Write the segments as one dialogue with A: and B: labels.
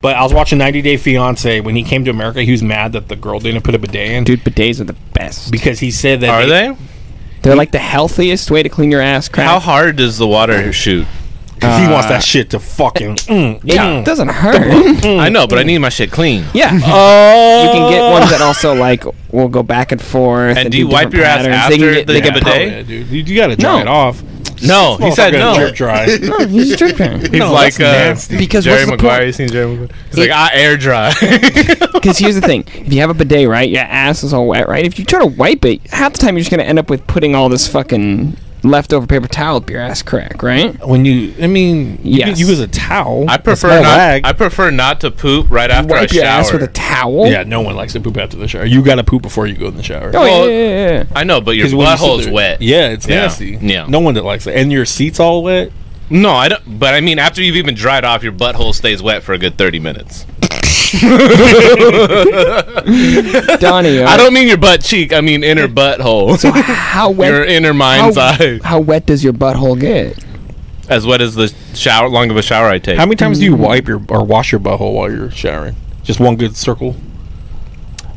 A: But I was watching 90 Day Fiance. When he came to America, he was mad that the girl didn't put a bidet in
B: Dude, bidets are the best.
A: because he said that.
C: Are they?
B: They're like the healthiest way to clean your ass crap.
C: How hard does the water shoot?
A: 'cause
C: Uh,
A: he wants that shit to fucking. mm,
B: it
A: mm.
B: doesn't hurt.
C: I know, but I need my shit clean.
B: yeah.
A: Oh.
B: you can get ones that also like will go back and forth.
C: Oh. And do you
B: different
C: wipe your ass
B: patterns. They can
C: after
B: get-
C: the
B: they can
C: bidet?
B: pump-
A: Yeah, dude. You, you gotta dry
B: No.
A: it off.
C: No, he said
A: Motherfucker
C: no.
A: Drip dry.
B: No, you just drip dry.
C: He's
A: No,
C: like
A: that's
C: uh,
A: nasty.
B: Because
C: Jerry
B: what's the
C: Maguire.
B: point?
C: You seen Jerry Maguire? He's
B: It-
C: like I air dry.
B: Because here's the thing: if you have a bidet, right, your ass is all wet, right? If you try to wipe it, half the time you're just gonna end up with putting all this fucking leftover paper towel up your ass crack, right?
A: when you, I mean, you
B: Yes.
A: could use a towel.
C: I
A: A
C: prefer
A: small
C: not.
A: rag.
C: I prefer not to poop right after I
B: wipe your
C: shower.
B: ass with a towel.
A: yeah, no one likes to poop after the shower. You gotta poop before you go in the shower.
B: Oh
C: Well,
B: yeah, yeah, yeah.
C: I know, but your
A: 'Cause when you sit
C: butthole's
A: there-
C: wet.
A: Yeah, it's
C: Yeah.
A: nasty.
C: Yeah.
A: No one that likes it. And your seat's all wet.
C: No, I don't. But I mean, after you've even dried off, your butthole stays wet for a good thirty minutes.
B: yeah. Donnie,
C: I don't mean your butt cheek. I mean inner butthole.
B: How
C: your
B: wet?
C: inner mind's
B: How,
C: eye.
B: how wet does your butthole get?
C: As wet as the shower, long of a shower I take.
A: How many times do you wipe your or wash your butthole while you're showering? Just one good circle.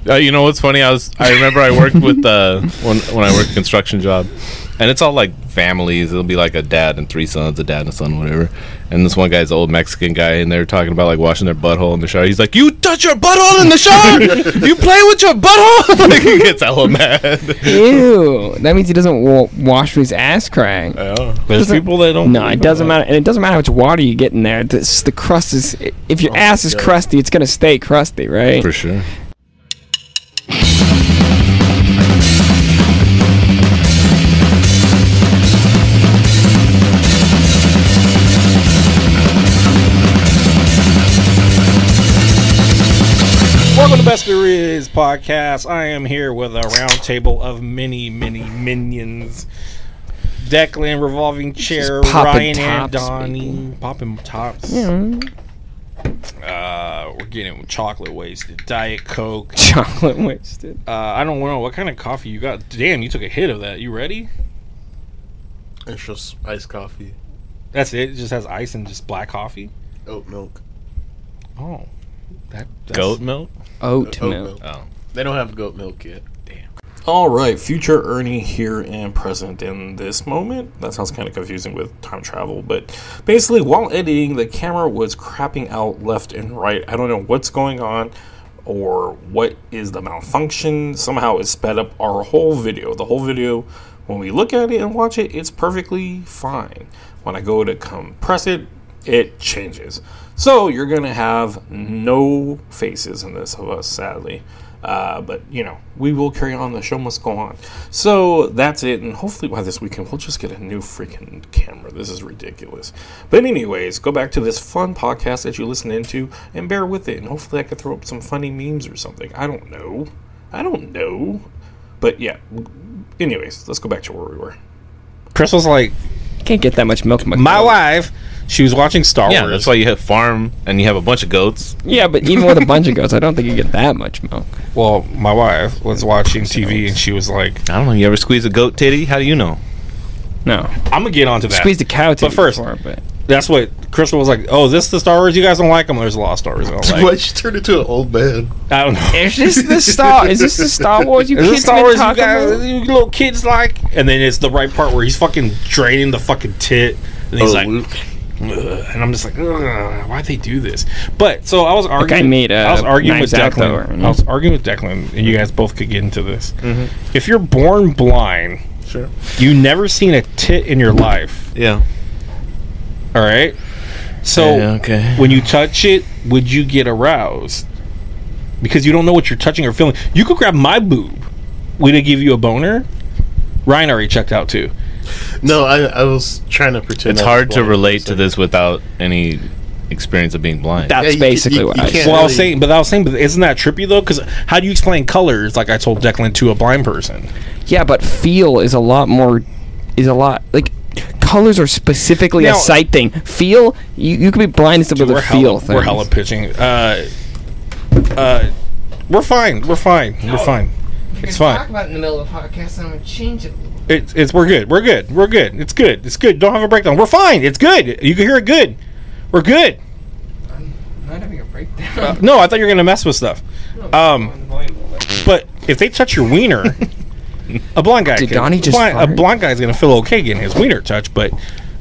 C: Uh, you know what's funny? I was I remember I worked with uh, when when I worked a construction job, and it's all like families. It'll be like a dad and three sons, a dad and a son, whatever. And this one guy's an old Mexican guy, and they're talking about like washing their butthole in the shower. He's like, "You touch your butthole in the shower? you play with your butthole?" like he gets hella mad.
B: Ew. That means he doesn't wa- wash with his ass crack.
A: There's
B: Doesn't-
A: people that don't.
B: No, it doesn't matter, and it doesn't matter how much water you get in there. This, the crust is. If your ass is crusty, it's gonna stay crusty, right?
C: For sure.
A: Welcome to Best There Is podcast. I am here with a round table of many, many minions. Declan, revolving chair,
B: Just popping
A: Ryan, and
B: tops,
A: Donnie, popping tops.
B: Mm.
A: Uh, we're getting chocolate wasted, diet coke.
B: Chocolate wasted.
A: Uh, I don't know what kind of coffee you got. Damn, you took a hit of that. You ready?
D: It's just iced coffee,
A: That's it. It just has ice and just black coffee.
D: oat milk.
A: Oh, that that's,
C: Goat milk.
E: Uh,
B: Oat
D: Oat
B: milk.
D: milk.
C: Oh.
D: They don't have goat milk yet. Damn. All right, future Ernie here and present in this moment. That sounds kind of confusing with time travel, but basically, while editing, the camera was crapping out left and right. I don't know what's going on or what is the malfunction. Somehow it sped up our whole video. The whole video, when we look at it and watch it, it's perfectly fine. When I go to compress it, it changes. So you're gonna have no faces in this of us, sadly. Uh, but you know, we will carry on. The show must go on. So that's it, and hopefully by this weekend we'll just get a new freaking camera. This is ridiculous. But anyways, go back to this fun podcast that you listen into and bear with it, and hopefully I can throw up some funny memes or something. I don't know. I don't know. But yeah. Anyways, let's go back to where we were.
A: Crystal's like
B: Can't get that much milk. In my
A: my
B: coat.
A: wife. She was watching Star
C: Yeah,
A: Wars.
C: that's why you have farm and you have a bunch of goats.
B: Yeah, but even with a bunch of goats, I don't think you get that much milk.
A: well, my wife was watching TV and she was like,
C: I don't know. You ever squeeze a goat titty? How do you know?
B: No,
A: "I'm gonna get onto that."
B: squeeze the cow to
A: But first-
B: but
A: That's what Crystal was like. Oh, this the Star Wars? You guys don't like them? There's a lot of Star Wars. I don't like.
D: Why'd you turn into an old man?
A: I don't know.
B: is this the Star? Is this the Star Wars you
A: Is this
B: kids
A: Star
B: been
A: Wars you
B: talking
A: guys,
B: about?
A: you little kids like? And then it's the right part where he's fucking draining the fucking tit, and
E: Oh,
D: Oh,
A: he's like, "Ugh," and I'm just like, "Ugh, why'd they do this? But so I was arguing.
B: guy made, uh,
A: I was arguing with
B: Knives Out, though,
A: Declan.
B: or-
A: I was arguing with Declan, and you guys both could get into this. If you're born blind,
D: Sure.
A: you never seen a tit in your life.
C: Yeah.
A: All right.
B: Oh.
A: So
C: Yeah, okay.
A: when you touch it, would you get aroused? Because you don't know what you're touching or feeling. You could grab my boob. Would it give you a boner? Ryan already checked out too.
D: No, I, I was trying to pretend.
C: It's
D: I was
C: hard to
D: blind.
C: relate
D: So-
C: to this without any experience of being blind.
B: That's
D: Yeah, you-
B: basically
D: you-
B: what
D: you
B: I.
D: can't-
A: Well, I was
D: really-
A: saying, but I was saying, but isn't that trippy though? Because how do you explain colors? Like I told Declan to a blind person.
B: Yeah, but feel is a lot more. Is a lot like colors are specifically
A: Now-
B: a sight thing. Feel you, you could be blind and still be able
A: we're
B: to feel
A: hella,
B: things.
A: we're hella pitching. Uh, uh, we're fine. We're fine. We're fine. It's fine.
B: about in the middle of the podcast. I'm gonna change it. A little.
A: It's, it's we're good. We're good. We're good. It's good. It's good. Don't have a breakdown. We're fine. It's good. You can hear it good. We're good.
B: Not having a Right there.
A: Uh, No, I thought you were gonna mess with stuff. Um, but if they touch your wiener, a blonde guy,
B: Did
A: could-
B: Donnie just
A: blind- a
B: fart?
A: blonde guy's gonna feel okay getting his wiener touched. But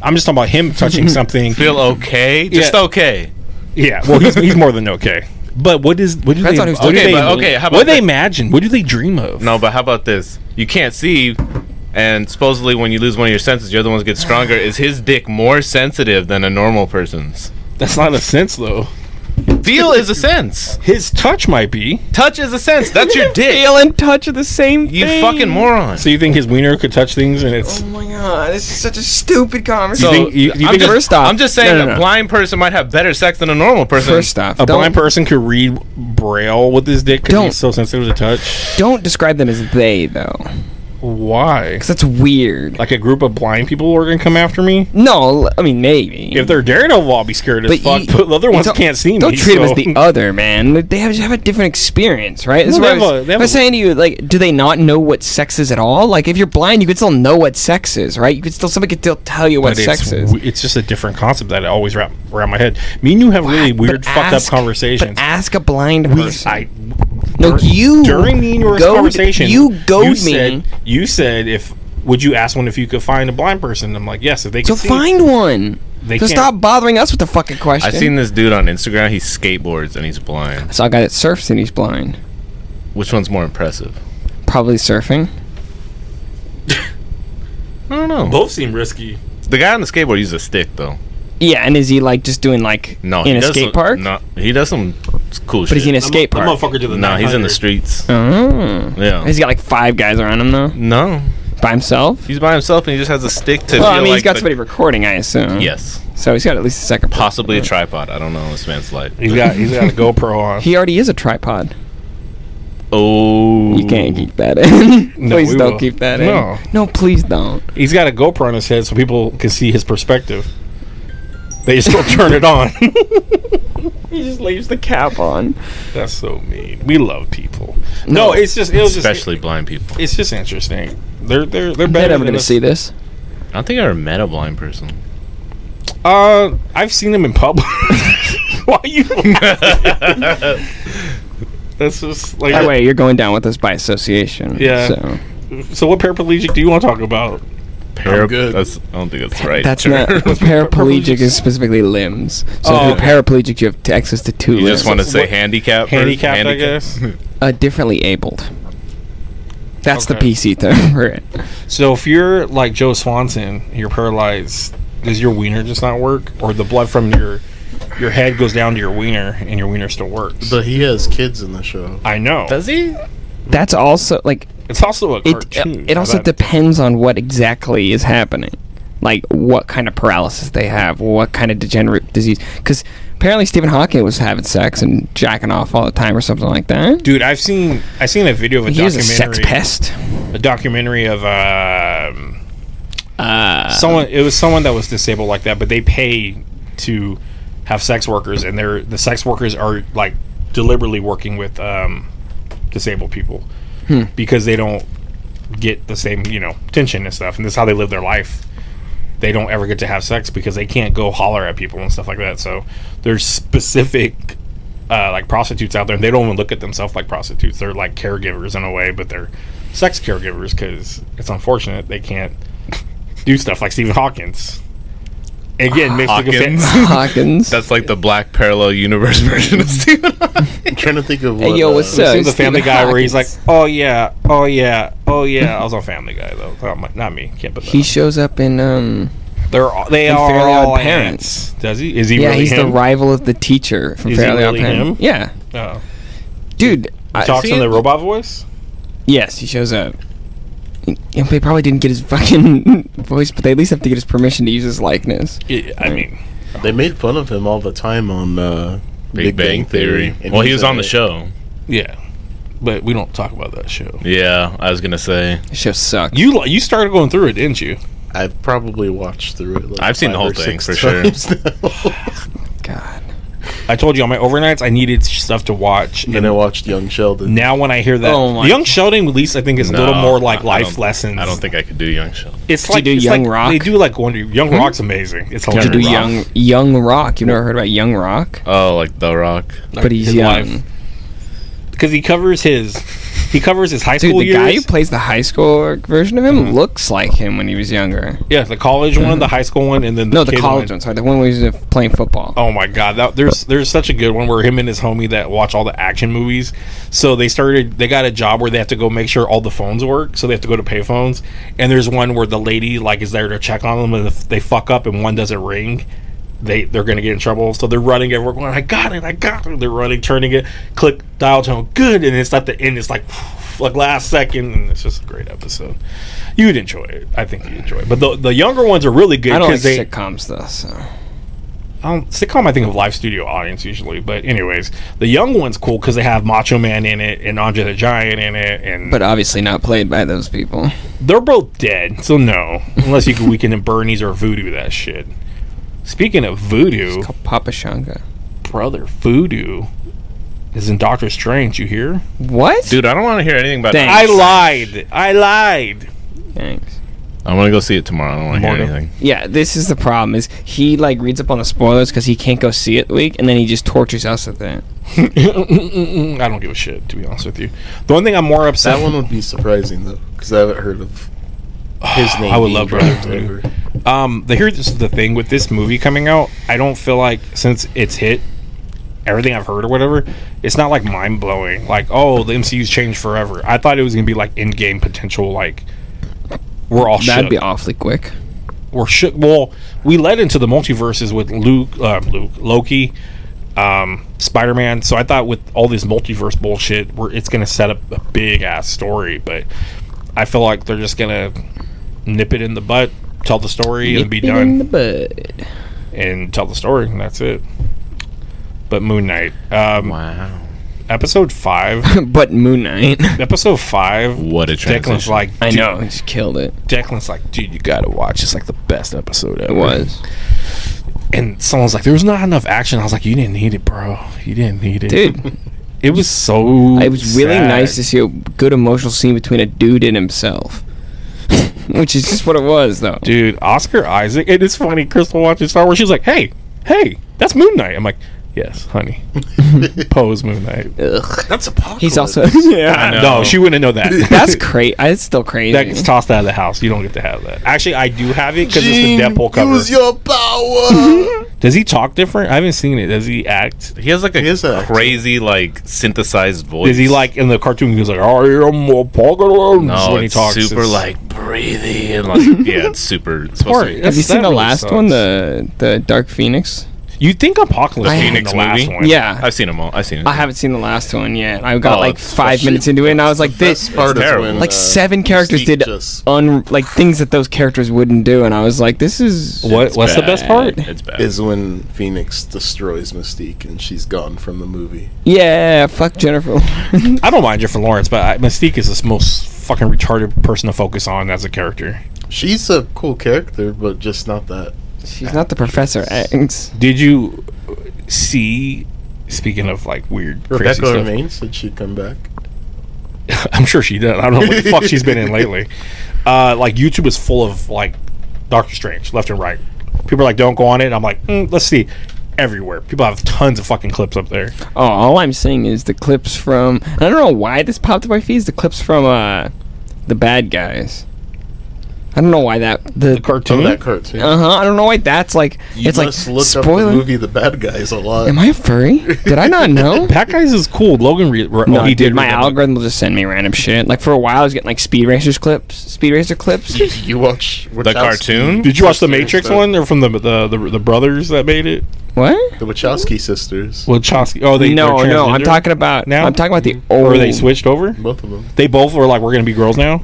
A: I'm just talking about him touching something.
C: Feel okay? Just
A: Yeah.
C: okay.
A: Yeah, well, he's, he's more than okay. But what is what do
B: Depends
A: they
B: on who's
A: what do
C: doing
A: they,
C: it. Okay, but- okay,
A: what
C: how
A: do
C: about
A: they
C: that?
A: imagine? What do they dream of?
C: No, but how about this? You can't see, and supposedly when you lose one of your senses, your other ones get stronger. Is his dick more sensitive than a normal person's?
A: that's not a sense though.
C: Feel is a sense.
A: His touch might be.
C: Touch is a sense. That's your dick.
B: Feel and touch are the same
C: You
B: thing.
C: fucking moron.
A: So you think his wiener could touch things, and it's
B: Oh my god, this is such a stupid
A: you
B: conversation.
A: think you, you
C: I'm
A: think
C: just,
B: First off-
C: I'm just saying
B: No, no,
C: a
B: no.
C: blind person might have better sex than a normal person.
B: First off,
A: a
B: don't,
A: blind person could read braille with his dick because
B: Don't.
A: he's so sensitive to touch?
B: don't describe them as they though, because
A: Why?
B: that's weird.
A: Like a group of blind people are gonna come after me?
B: No, I mean maybe.
A: If they're Daredevil, I'll be scared as fuck.
B: you-
A: but the other
B: you
A: ones
B: don't-
A: can't see me.
B: Don't treat them as
A: so-
B: the other man. They have, have a different experience, right? That's
A: No,
B: what
A: they
B: I
A: have a-
B: was,
A: they have
B: I
A: a-
B: was saying to you. Like, do they not know what sex is at all? Like, if you're blind, you could still know what sex is, right? You could still somebody could still tell you what
A: But
B: sex
A: it's,
B: is.
A: w- it's just a different concept that I always wrap around my head. Me and you have really
B: Ah, But
A: weird, fucked
B: ask-
A: up conversations.
B: But ask a blind
A: We-
B: person.
A: I
B: no, you
A: during the indoor
B: goad-
A: conversation,
B: You goad me.
A: Said, you said if would you ask one if you could find a blind person? I'm like, yes, if they
B: so
A: could see.
B: find one.
A: They
B: so
A: can't-
B: stop bothering us with the fucking question.
C: I've seen this dude on Instagram. He skateboards and he's blind.
B: I saw a guy that surfs and he's blind.
C: Which one's more impressive?
B: Probably surfing.
C: I don't know.
A: Both seem risky.
C: The guy on the skateboard uses a stick though.
B: Yeah, and is he like just doing like
C: No,
B: in
C: he
B: a
C: does
B: skate
C: some-
B: park?
C: No, he does some cool shit.
B: But he's in a skate
A: That
B: park.
A: motherfucker did the.
C: No, he's in
A: 900.
C: the streets.
B: Oh.
C: Yeah.
B: He's got like five guys around him though,
C: No,
B: by himself.
C: he's by himself and he just has a stick to.
B: Well, I
C: feel
B: mean,
C: like
B: he's got
C: the-
B: somebody recording, I assume.
C: Yes,
B: So he's got at least a second. person.
C: possibly a tripod. I don't know this man's life.
A: He's got he's got a GoPro on.
B: He already is a tripod.
C: Oh,
B: You can't keep that in.
A: No,
B: please
A: we
B: don't
A: will.
B: keep that
A: No.
B: in. No, please don't.
A: He's got a GoPro on his head so people can see his perspective. They just don't turn it on.
B: He just leaves the cap on.
A: That's so mean. We love people. No, it's just it was just
C: especially blind people.
A: it's just interesting. They're they're they're
B: Bet
A: better.
B: I'm
A: than
B: gonna
A: us.
B: see this.
C: I don't think I ever met a blind person.
A: Uh, I've seen them in public. Why are you? laughing? That's just like
B: By the way, you're going down with us by association.
A: Yeah.
B: So
A: So, what paraplegic do you want to talk about?
C: Para-
D: good.
C: That's, I don't think that's the right.
B: that's
C: term.
B: not paraplegic is specifically limbs. So
A: Oh,
B: if you're paraplegic, you have t- access to two
C: you
B: limbs.
C: just want to
A: What-
C: say handicap.
A: Handicapped, I guess.
B: uh, differently abled. That's
A: Okay.
B: the PC term for it.
A: So, if you're like Joe Swanson, you're paralyzed. Does your wiener just not work, or the blood from your your head goes down to your wiener, and your wiener still works?
E: But he has kids in the show.
A: I know.
C: Does he?
B: That's also like
A: it's also a
B: it. uh,
A: cartoon.
B: It also
A: That-
B: depends on what exactly is happening, like what kind of paralysis they have, what kind of degenerate disease. Because apparently Stephen Hawking was having sex and jacking off all the time or something like that.
A: Dude, I've seen I seen a video of a
B: He was a
A: documentary.
B: sex pest.
A: a documentary of um,
B: Uh,
A: someone. It was someone that was disabled like that, but they pay to have sex workers, and they're the sex workers are like deliberately working with um, disabled people because they don't get the same you know tension and stuff, and this is how they live their life. They don't ever get to have sex because they can't go holler at people and stuff like that. So there's specific uh, like prostitutes out there, and they don't even look at themselves like prostitutes. They're like caregivers in a way, but they're sex caregivers because it's unfortunate they can't do stuff like Stephen Hawkins. Again, makes Hawkins.
C: Hawkins?
B: Hawkins.
C: That's like the black parallel universe version of Stephen.
E: I'm trying to think of what.
B: hey yo,
E: uh,
B: what's
A: I've
B: up?
A: seen the
B: Stephen
A: Family Guy where he's like,
B: Hawkins.
A: "Oh yeah, oh yeah, oh yeah." I was on Family Guy though. Oh, my- not me. Can't put that.
B: He
A: up.
B: shows up in um
A: They're all, they
B: in
A: are
B: Fairly Odd
A: all
B: Parents.
A: parents. Does he? Is he?
B: yeah
A: really
B: he's
A: him?
B: the rival of the teacher from
A: Is he
B: Fairly Odd
A: really him?
B: Parents. Yeah,
A: Oh.
B: dude. I-
A: Talks in
C: see
A: the
C: it.
A: robot voice.
B: Yes, he shows up. And they probably didn't get his fucking voice, but they at least have to get his permission to use his likeness.
A: Yeah, I mean,
E: They made fun of him all the time on uh,
C: Big Bang Theory.
E: and
C: Well,
E: he's
C: he was on
E: in
C: the
E: it.
C: show.
A: yeah, but we don't talk about that show.
C: Yeah, I was gonna say.
B: The show sucked.
A: You li- you started going through it, didn't you?
E: I've probably watched through it. Like
C: I've seen the
E: five
C: whole
E: or
C: thing,
E: six
C: for sure.
E: times now.
B: God.
A: I told you on my overnights, I needed stuff to watch.
E: And I watched Young Sheldon.
A: now when I hear that,
B: Oh my-
A: Young Sheldon, at least I think is a little more like life lessons.
C: I don't think I could do Young Sheldon.
A: it's
B: Did you
A: like
B: do
A: it's
B: Young
A: like-
B: Rock? Hmm?
A: They do like Wonder Young Rock's amazing. It's
B: to
A: hilarious.
B: do
A: Rock.
B: young young rock you never heard about young rock
C: Oh, like The Rock.
B: but he's
A: his
B: young
A: life. because he covers his he covers his high
B: dude
A: school
B: the
A: years. Mm-hmm.
B: guy who plays the high school version of him looks like him when he was younger
A: yeah, the college one, the high school one, and then the
B: no the
A: kid
B: college
A: one.
B: one sorry the one where he was playing football
A: Oh my god, that, there's there's such a good one where him and his homie that watch all the action movies. So they started they got a job where they have to go make sure all the phones work, so they have to go to payphones. And there's one where the lady like is there to check on them, and if they fuck up and one doesn't ring, they they're gonna get in trouble. So they're running everywhere, going, "I got it, I got it." They're running, turning it, click dial tone, good, and it's at the end. It's like like last second, and it's just a great episode. You'd enjoy it, I think you'd enjoy it. But the the younger ones are really good
B: i don't
A: because
B: like
A: they
B: sitcoms though so
A: um, sitcom, I think of live studio audience usually, but anyways, the young one's cool because they have Macho Man in it and Andre the Giant in it, and
B: but obviously not played by those people
A: they're both dead, so no, unless you can weaken in Bernie's or Voodoo that shit. Speaking of Voodoo,
B: It's called papa shanka
A: brother, Voodoo is in Doctor Strange. You hear?
B: what
C: Dude, I don't want to hear anything about
B: Dang.
A: I lied. I lied.
B: Thanks.
C: I'm going to go see it tomorrow. I don't want to hear
A: Tomorrow.
C: anything.
B: yeah this is the problem is he like reads up on the spoilers because he can't go see it week and then he just tortures us with that
A: I don't give a shit to be honest with you. The one thing I'm more upset.
E: That one would be surprising though, because I haven't heard of his name.
A: I would
E: being
A: love Brother
E: dropped
A: Voodoo.
E: ever.
A: Um, the here's the thing with this movie coming out. I don't feel like since it's hit everything I've heard or whatever, it's not like mind blowing. Like, oh, the MCU's changed forever. I thought it was gonna be like in game potential. Like, we're all
B: that'd
A: shook.
B: be awfully quick
A: we're shook. Well, we led into the multiverses with Luke, uh, Luke, Loki, um, Spider Man. So I thought with all this multiverse bullshit, we're, it's gonna set up a big ass story. But I feel like they're just gonna nip it in the butt. Tell the story and be
B: Nip it
A: done
B: in the bud.
A: and tell the story, and that's it. But Moon Knight, um,
C: Wow.
A: episode five,
B: but moon knight
A: episode five.
C: What a
A: Declan's
C: transition.
A: like,
B: i
A: dude-
B: know he just killed it
A: Declan's like, dude, you gotta watch. It's like the best episode ever.
B: it was
A: And someone's like, there was not enough action. I was like, you didn't need it, bro. You didn't need it,
B: dude
A: It was so.
B: it was really
A: sad.
B: nice to see a good emotional scene between a dude and himself which is just what it was though
A: dude. Oscar Isaac. It is funny. Crystal watching Star Wars. She's like, hey, hey, that's Moon Knight. I'm like, yes, honey. Pose Moon Knight.
B: Ugh.
E: That's apocalypse.
B: he's also
A: yeah, no, she wouldn't know that.
B: that's crazy it's still crazy
A: that gets tossed out of the house. You don't get to have that. Actually, I do have it because it's the Deadpool cover.
E: Use your power.
A: Does he talk different? I haven't seen it. Does he act?
C: He has like
E: He is
C: a
E: a-
C: crazy, like, synthesized voice.
A: Is he like in the cartoon? He goes like, "I am apocalypse"
C: No,
A: when he
C: it's
A: talks.
C: super
A: It's-
C: like breathy and like yeah, it's super. It's supposed to be-
B: have you
A: That
B: seen the
A: really
B: last
A: sucks.
B: one the the dark phoenix
A: you think apocalypse
B: The
A: would be in
C: Phoenix
A: the last
C: movie?
A: one?
B: yeah
C: I've seen them all. I've seen it.
B: I haven't seen the last one yet. I got
C: Oh,
B: like
C: it's
B: five
E: shit.
B: minutes into it, and I was like, "This
E: Best part is
C: terrible.
E: when,
B: like
E: uh,
B: seven characters
E: Mystique
B: did
E: just-
B: un like things that those characters wouldn't do," and I was like, "This is
A: What? What's the best part?
C: It's bad.
E: is when Phoenix destroys Mystique and she's gone from the movie.
B: yeah, fuck Jennifer." Lawrence.
A: I don't mind Jennifer Lawrence, but I, Mystique is the most fucking retarded person to focus on as a character.
E: She's a cool character, but just not that.
B: She's not the Professor X.
A: Did you see? Speaking of like weird, crazy
E: Rebecca
A: stuff,
E: Romaine said she'd come back.
A: I'm sure she does. I don't know what the fuck she's been in lately. Uh, like YouTube is full of like Doctor Strange left and right. People are like, "Don't go on it." I'm like, mm, "Let's see." Everywhere, people have tons of fucking clips up there.
B: Oh, all I'm saying is the clips from. I don't know why this popped up my feeds. The clips from uh, the bad guys. I don't know why that the.
A: The cartoon.
E: Oh, that cartoon.
B: uh huh. I don't know why that's like.
E: you
B: it's
E: must
B: like
E: look up the
B: spoiler.
E: movie The Bad Guys a lot.
B: Am I a furry? Did I not know?
A: Pat guys is cool. Logan, re- re-
B: No,
A: oh,
B: he did. My
A: remember.
B: algorithm will just send me random shit. Like for a while, I was getting like Speed Racers clips, Speed Racer clips.
E: you watch
C: the cartoon.
A: Did you watch the
E: Sisters,
A: Matrix
E: though.
A: one or from the the, the the brothers that made it?
B: what?
E: The Wachowski sisters.
A: Wachowski. Oh, they
B: no,
A: they're
B: no. I'm
A: transgender?
B: talking about
A: now?
B: I'm talking about the old.
A: Or they switched over?
E: Both of them.
A: They both were like, "We're gonna be girls now."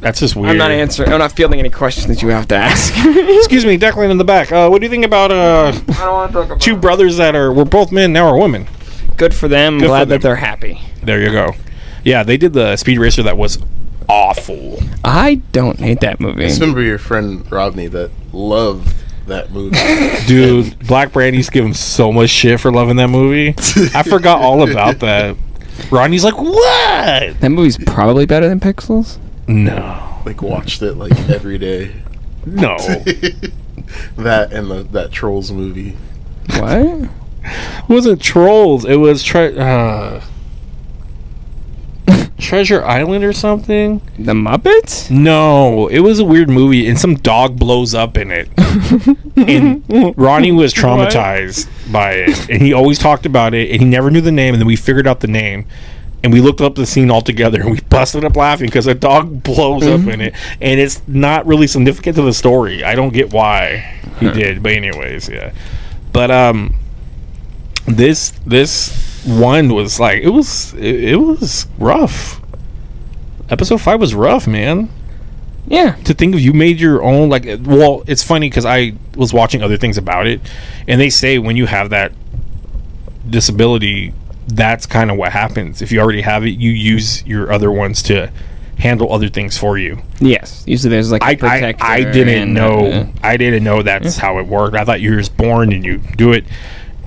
A: That's just weird.
B: Mm-hmm. I'm not answering. I'm not fielding any questions that you have to ask.
A: Excuse me, Declan in the back. Uh, what do you think about uh, two brothers that are were both men now are women?
B: Good for them.
A: Good for
B: Glad
A: them.
B: that they're happy.
A: There you go. Yeah, they did the Speed Racer that was awful.
B: I don't hate that movie. Mm.
E: I just remember your friend Rodney that loved that movie.
A: Dude, Black Brand used to give him so much shit for loving that movie. I forgot all about that. Rodney's like, what?
B: That movie's probably better than Pixels.
A: No,
E: like watched it like every day.
A: no.
E: That and the that Trolls movie.
B: What?
A: It wasn't trolls. It was tre- uh, Treasure Island or something.
B: the Muppets?
A: No, it was a weird movie, and some dog blows up in it. and Ronnie was traumatized by it, and he always talked about it, and he never knew the name. And then we figured out the name, and we looked up the scene all together, and we busted up laughing because a dog blows up in it, and it's not really significant to the story. I don't get why he did, but anyways, yeah. But um, this this one was like it was it, it was rough. Episode five was rough, man
B: Yeah.
A: to think of you made your own like uh, well it's funny because i was watching other things about it and they say when you have that disability that's kind of what happens if you already have it you use your other ones to handle other things for you
B: Yes. Usually there's like a
A: i I,
B: protector
A: I didn't
B: and,
A: know
B: uh,
A: i didn't know that's how it worked i thought you were just born and you do it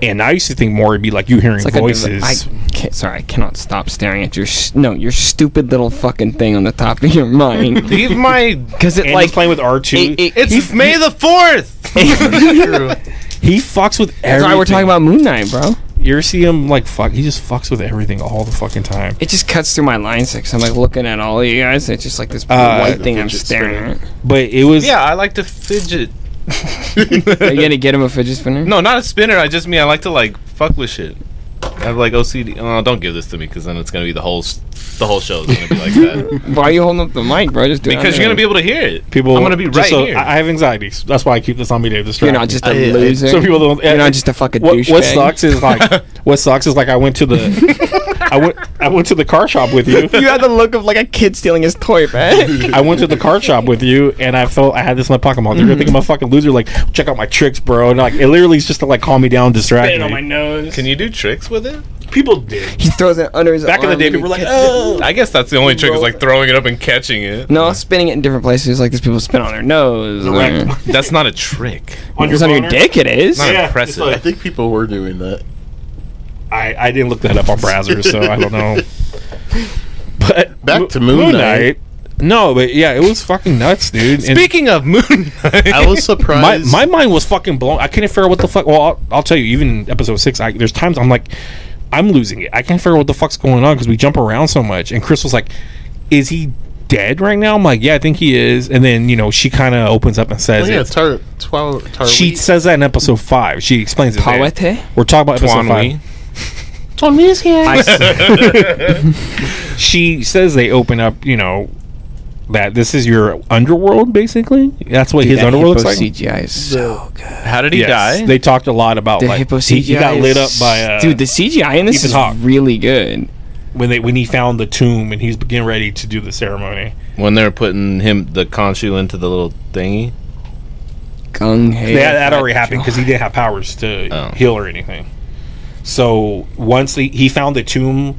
A: and i used to think more it'd be like you hearing
B: it's like
A: voices
B: A, I can't, sorry, I cannot stop staring at your s no, your stupid little fucking thing on the top of your mind.
C: Leave my.
B: Because it
A: and
B: like
A: he's playing with r2
B: it- it-
C: It's May the fourth.
A: he fucks with everything
B: that's why we're talking about Moon Knight, bro.
A: you ever see him like fuck he just fucks with everything all the fucking time
B: It just cuts through my line six. I'm like looking at all of you guys. It's just like this
A: Uh,
B: white thing I'm
E: fidget
B: staring
E: spinner.
B: at.
A: but it was
C: yeah, I like to fidget.
B: Are you gonna get him a fidget spinner?
C: No, not a spinner. I just mean I like to like fuck with shit. I have like OCD. Oh, don't give this to me because then it's gonna be the whole s- the whole show is gonna be like that
B: Why are you holding up the mic, bro? Just do it.
C: because you're gonna be able to hear it.
A: people.
C: I'm gonna be
A: just
C: right
A: so-
C: here.
A: I I have anxieties. That's why I keep this on me to distract.
B: You're not
A: me.
B: just a
E: I- I-
B: loser.
A: so people don't.
B: you're not just a fucking
A: what,
B: douchebag.
A: what sucks is like what sucks is like I went to the I went I went to the car shop with you.
B: You had the look of like a kid stealing his toy back.
A: I went to the card shop with you, and I felt I had this in my pocket. I'm like, They're gonna think I'm a fucking loser. Like, check out my tricks, bro. And like, it literally is just to like calm me down, distract me.
B: nose.
C: Can you do tricks with it?
A: People did.
B: He throws it under his
A: Back in the
B: arm
A: day,
B: and he
A: people were like,
B: catches it.
A: "Oh,
C: I guess that's the only trick is like throwing it up and catching it.
B: No, spinning it in different places. Like, there's people spin on their nose. or-
A: Right.
B: If
C: That's not a trick.
A: on
B: it's on your
A: boner?"
B: dick, it is.
C: Not
A: Yeah, it's
C: impressive.
E: I think people were doing that.
A: I, I didn't look that up on Browser, so I don't know. But
E: Back
A: Mo-
E: to Moon Knight.
A: No, but yeah, it was fucking nuts, dude. And-
C: Speaking of Moon Knight,
E: I was
A: my,
E: surprised.
A: my mind was fucking blown. I couldn't figure out what the fuck. Well, I'll, I'll tell you. Even in episode six, I, there's times I'm like, I'm losing it. I can't figure out what the fuck's going on because we jump around so much. And Chris was like, "Is he dead right now?" I'm like, "Yeah, I think he is." And then you know she kind of opens up and
E: oh,
A: says,
E: yeah,
A: it.
E: tar, twel- tar-
A: She says that in episode five. She explains it. there.
B: Poete?
A: We're talking about episode
C: Twanwee.
A: five. She says they open up. You know. That this is your underworld, basically. That's what his
B: That
A: underworld
B: hippo
A: looks like.
B: CGI is so good.
C: how did he
A: Yes,
C: die?
A: They talked a lot about
B: The
A: like,
B: hippo CGI.
A: he, he got
B: is-
A: lit up by uh,
B: dude. The CGI in this
A: Ethan
B: is
A: Hawke.
B: really good.
A: when they when he found the tomb and he's getting ready to do the ceremony.
C: when they were putting him the Khonshu into the little thingy.
B: Gung hey.
A: that, that already happened because he didn't have powers to
C: Oh.
A: heal or anything. So once he, he found the tomb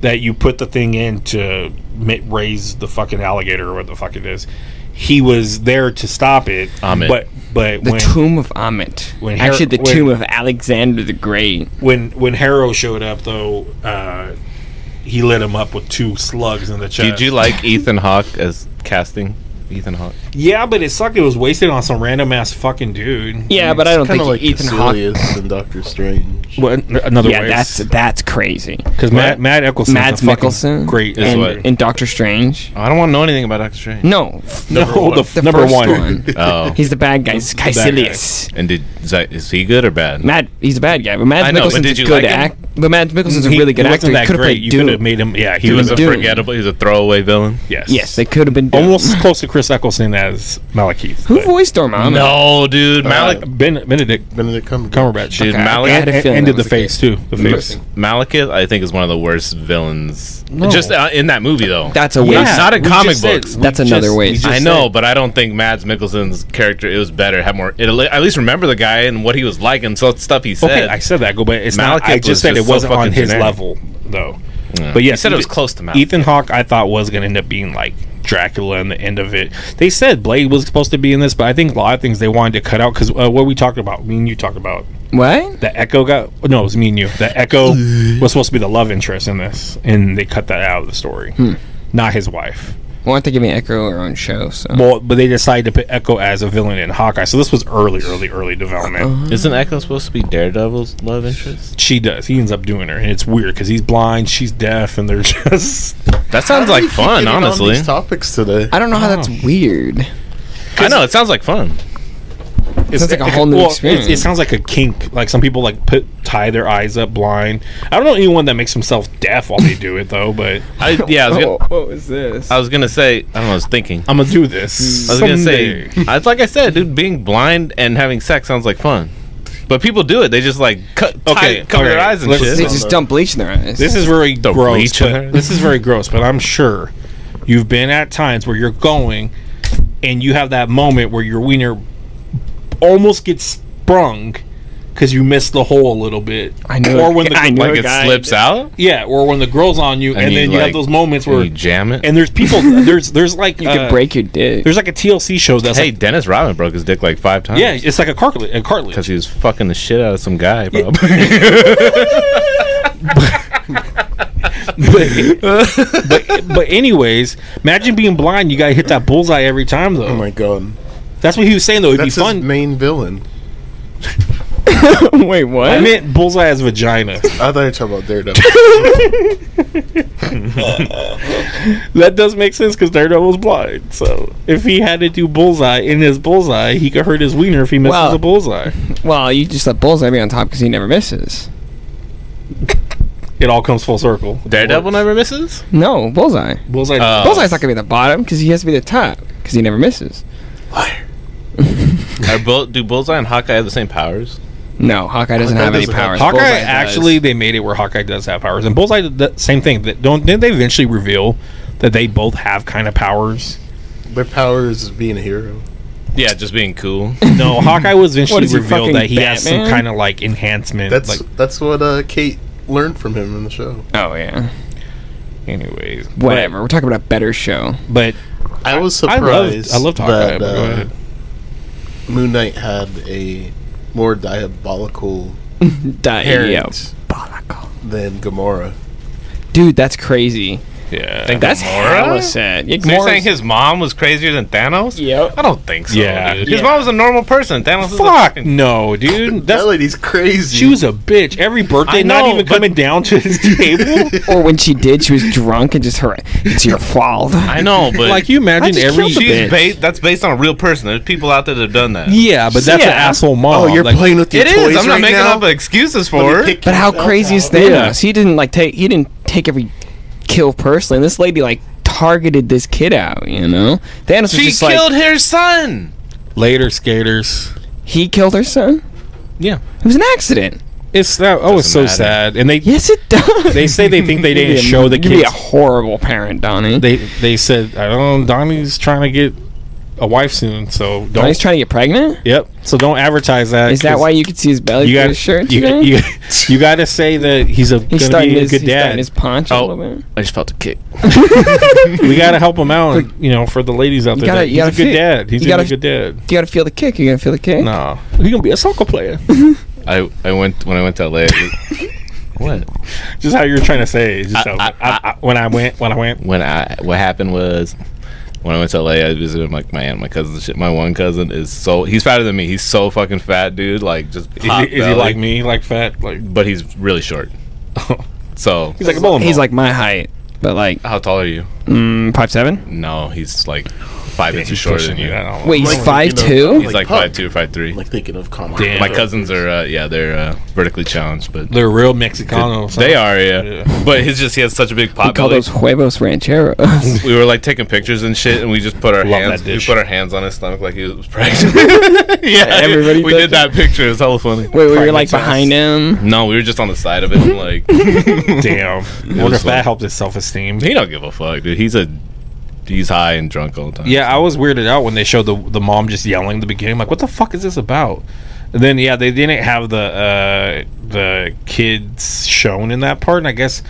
A: that you put the thing in to ma- raise the fucking alligator or what the fuck it is, he was there to stop it.
C: Amen.
A: But but
B: The
A: when,
B: tomb of Amit.
A: when Har-
B: Actually, the
A: when-
B: tomb of Alexander the Great.
A: when when Harrow showed up though, uh, he lit him up with two slugs in the chest.
C: Did you like Ethan Hawke as casting? Ethan Hawke.
A: yeah, but it sucked. It was wasted on some random ass fucking dude.
B: Yeah, but I don't
E: kind
B: think
E: of like
B: Ethan
E: Ethan
B: Hawke.
E: and Doctor Strange.
A: Well, an- another
B: Yeah,
A: way.
B: that's that's crazy.
A: Because Matt, Matt Eccleston's
B: Mads
A: a fucking
B: Mikkelsen
A: great.
C: Is
B: And,
C: what?
B: and Doctor Strange.
C: I don't want to know anything about Doctor Strange.
B: No, f-
A: no,
C: one.
A: the, f- number
B: first
A: one.
C: Oh,
B: He's the bad guy. He's
A: bad guy.
B: Caecilius.
C: and did is, that, is he good or bad?
B: Matt, he's a bad guy, but Matt
C: I know, but
B: Mickelson's
C: did you
B: a good
C: like him?
B: act. But Matt Mickelson's a
A: He-
B: really good
A: he
B: actor.
A: wasn't
B: He
A: that
B: could have
A: great. You
B: played
A: could have
B: Doom.
A: made him. Yeah,
C: He was a
B: Dude.
C: forgettable. He was a throwaway villain.
A: Yes.
B: Yes, they could have been Doom.
A: Almost as close to Chris Eccleston as Malekith.
B: Who
A: but-
B: voiced Dormammu?
C: No, dude, Malik.
E: Uh,
A: Ben, Benedict
E: Benedict Cumberbatch.
A: Cumberbatch. Oh. Dude,
C: Dude,
B: Okay, I-
C: Malik-
B: I had a feeling
A: and
B: that
A: did the
B: was
A: face too. The face.
C: Malekith, I think, is one of the worst villains.
A: No.
C: Just uh, in that movie, though.
B: That's a waste.
C: Not- not in
A: we
C: comic
A: just said-
C: books.
A: we
B: That's another
A: just-
B: way.
A: we just
C: I
A: said-
C: know, but I don't think Mads Mikkelsen's character. It was better. Had more. It, at least remember the guy and what he was like and so, stuff he said.
A: Okay, I said that. Go, but it's not.
C: Malekith
A: I
C: was
A: just said
C: just
A: it
C: so
A: wasn't on
C: fucking
A: his
C: generic.
A: level though. But yes,
C: You said it was
A: Ethan-
C: close to Malekith.
A: Ethan Hawke, I thought was going to end up being like Dracula and the end of it. They said Blade was supposed to be in this, but I think a lot of things they wanted to cut out because uh, what we talked about, me and you talked about
B: What?
A: the Echo guy. No, it was me and you. The Echo was supposed to be the love interest in this, and they cut that out of the story.
C: Hmm.
A: Not his wife.
B: Why don't they give me Echo her own show? So
A: Well, but they decided to put Echo as a villain in Hawkeye. So this was early, early, early development.
C: Isn't Echo supposed to be Daredevil's love interest?
A: She does. He ends up doing her, and it's weird because he's blind, she's deaf, and they're just.
C: That sounds like fun, honestly.
E: these topics today.
B: I don't know how that's
A: Oh.
B: weird.
C: I know it sounds like fun.
A: It's
B: Sounds like a whole new
A: well,
B: experience.
A: It, it sounds like a kink. Like some people like put tie their eyes up blind. I don't know anyone that makes himself deaf while they do it though. But
C: I, yeah, I was, gonna,
B: what was this?
A: Uh,
C: I was gonna say. I don't know. I was thinking.
A: I'm gonna do this.
C: I was gonna say, I, like I said, dude, being blind and having sex sounds like fun, but people do it. They just like cut,
A: Okay,
C: okay, cover their
A: okay,
C: eyes and
A: let's-
B: they
C: shit.
B: just dump bleach in their eyes.
A: This is very
C: Don't
A: gross.
C: reach
A: but-
C: in there.
A: this is very gross, but I'm sure you've been at times where you're going and you have that moment where your wiener almost gets sprung because you miss the hole a little bit.
B: I know.
A: Or when the
B: I know
C: like
B: a
C: it
B: guy-
C: slips out
A: yeah, or when the girl's on you, and,
C: you,
A: then you have
C: like-
A: those moments
C: and
A: where
C: you jam it.
A: and there's people. There's there's like
B: You could break your dick.
A: uh, There's like a TLC show that's
C: hey,
A: like,
C: Dennis Rodman broke his dick like five times.
A: yeah, it's like a cartilage. A
C: because
A: cartilage.
C: he was fucking the shit out of some guy, probably.
A: but, but but anyways, imagine being blind. You gotta hit that bullseye every time though.
E: Oh my god.
A: that's what he was saying though. It'd
E: That's
A: be fun.
E: his main villain.
B: Wait, what?
A: I meant bullseye as vagina.
E: I thought you were talking about Daredevil.
A: that does make sense because Daredevil's blind. So if he had to do bullseye in his bullseye, he could hurt his wiener if he misses
B: Well-
A: a bullseye.
B: well, you just let Bullseye be on top because he never misses.
A: It all comes full circle.
C: Daredevil never misses.
B: No, Bullseye.
A: Bullseye.
C: Uh,
B: Bullseye's not gonna be at the bottom because he has to be at the top because he never misses.
C: Are bull, do Bullseye and Hawkeye have the same powers?
B: No, Hawkeye doesn't
E: Hawkeye
B: have any
E: doesn't have-
B: powers.
A: Hawkeye
B: Bullseye does.
A: actually, they made it where Hawkeye does have powers, and Bullseye did the same thing. That don't didn't they eventually reveal that they both have kind of powers?
E: Their power is being a hero.
C: Yeah, just being cool.
A: No, Hawkeye was eventually
B: is he, fucking
A: revealed that he has some
B: Batman?
A: kind of like enhancement.
E: That's
A: like,
E: that's what uh, Kate learned from him in the show.
B: Oh yeah.
A: anyways, but-
B: Whatever. We're talking about a better show.
A: But,
E: I was
A: I
E: surprised.
A: loved I loved Hawkeye.
E: that
A: but go
E: uh,
A: ahead.
E: Moon Knight had a more diabolical
B: Diabolical.
E: parent than Gamora.
B: Dude, that's crazy.
A: Yeah,
B: That's
C: Gamora?
B: hella sad. Yeah,
C: So you're
B: Gamora's-
C: saying his mom was crazier than Thanos?
B: Yep.
C: I don't think so.
A: Yeah.
C: dude.
A: Yeah.
C: his mom was a normal person. Thanos is a
A: fuck
C: fucking-
A: no, dude. That's
E: that lady's crazy.
A: She was a bitch. Every birthday,
C: I
A: not
C: know,
A: even
C: but-
A: coming down to his table.
B: or when she did, she was drunk and just her. It's your fault.
C: I know, but
A: like you imagine
B: just
A: every.
B: killed the
A: She's
C: she's
B: bitch.
A: ba-
C: ba- that's based on a real person. There's people out there that have done that.
A: yeah, but that's an
B: Yeah.
A: asshole mom.
E: Oh, you're
A: Like,
E: playing with your
C: It
E: toys
C: is. I'm not
E: right
C: making
E: now?
C: up excuses
E: Let me
C: for it.
E: pick
B: But how
E: yourself
B: crazy is
E: out.
B: Thanos?
A: Yeah.
B: He didn't like take. He didn't take every kill personally. This lady like targeted this kid out. You know, Thanos
C: She
B: was just
C: killed
B: like
C: her son.
A: Later, skaters.
B: he killed her son.
A: Yeah,
B: It was an accident.
A: it's that. Oh, it's so
C: matter.
A: sad. And they
B: Yes, it does.
A: they say they think they
B: You'd be
A: didn't
B: a-
A: show the
B: you'd be
A: kids.
B: a horrible parent, Donnie.
A: They they said I don't know. Donnie's trying to get a wife soon, so don't.
B: Donnie's trying to get pregnant.
A: yep. So don't advertise that.
B: Is that
A: 'cause
B: why you could see his belly
A: you
B: through
A: got
B: his shirt?
A: You,
B: today?
A: you, you got to say that he's a
B: he's
A: gonna
B: starting
A: be a
B: his,
A: good
B: he's starting
A: dad.
B: his paunch a
C: Oh.
B: little bit.
C: I just felt a kick.
A: we got to help him out. and, you know, for the ladies out there,
B: gotta-
A: that he's a
B: you gotta
A: good
B: fit-
A: dad. He's
B: you
A: gonna
B: gotta
A: be a good dad.
B: You gotta feel the kick. You gotta feel the kick.
A: No, he's gonna be a soccer player.
C: I, I went when I went to LA. it was- what
A: just how you're trying to say. it, Just
C: I-
A: how,
C: I-
A: I- I- when I went, when I went,
C: when I what happened was when I went to LA, I visited like my aunt, my cousin, and shit. My one cousin is so he's fatter than me. He's so fucking fat, dude. Like just
A: is he,
C: hot
A: is he
C: belly.
A: like me, like fat, like
C: But he's really short. so
A: he's like a bowling
B: He's
A: ball.
B: like my height, but like
C: how tall are you?
B: mm, five seven.
C: No, he's like five inches shorter
A: pushing
C: than you.
A: you. I don't know.
B: Wait,
E: Like,
B: he's
E: you know,
B: five two.
C: He's
E: Like
C: like
E: Puck.
C: five two, five three.
E: Like thinking of Kamala.
A: Damn.
C: My cousins are uh, yeah, they're uh, vertically challenged, but
A: they're real Mexicanos.
C: they
A: huh?
C: are yeah.
A: Yeah.
C: But his just he has such a big
B: We
C: pop
B: call
C: belly.
B: those huevos rancheros.
C: we were like taking pictures and shit, and we just put our
A: Love
C: hands.
A: that
C: We
A: dish.
C: put our hands on his stomach like he was pregnant. yeah,
B: Everybody
C: We
B: does
C: did that picture. It's hella funny.
B: Wait, we were like
A: Primates.
B: behind him.
C: No, we were just on the side of it. And like
A: Damn. I wonder
C: was
A: if that
C: like-
A: helped his self esteem.
C: he don't give a fuck, dude. He's a he's high and drunk all the time.
A: Yeah, I was weirded out when they showed the the mom just yelling at the beginning. like, what the fuck is this about? And then yeah, they didn't have the uh, the kids shown in that part, and I guess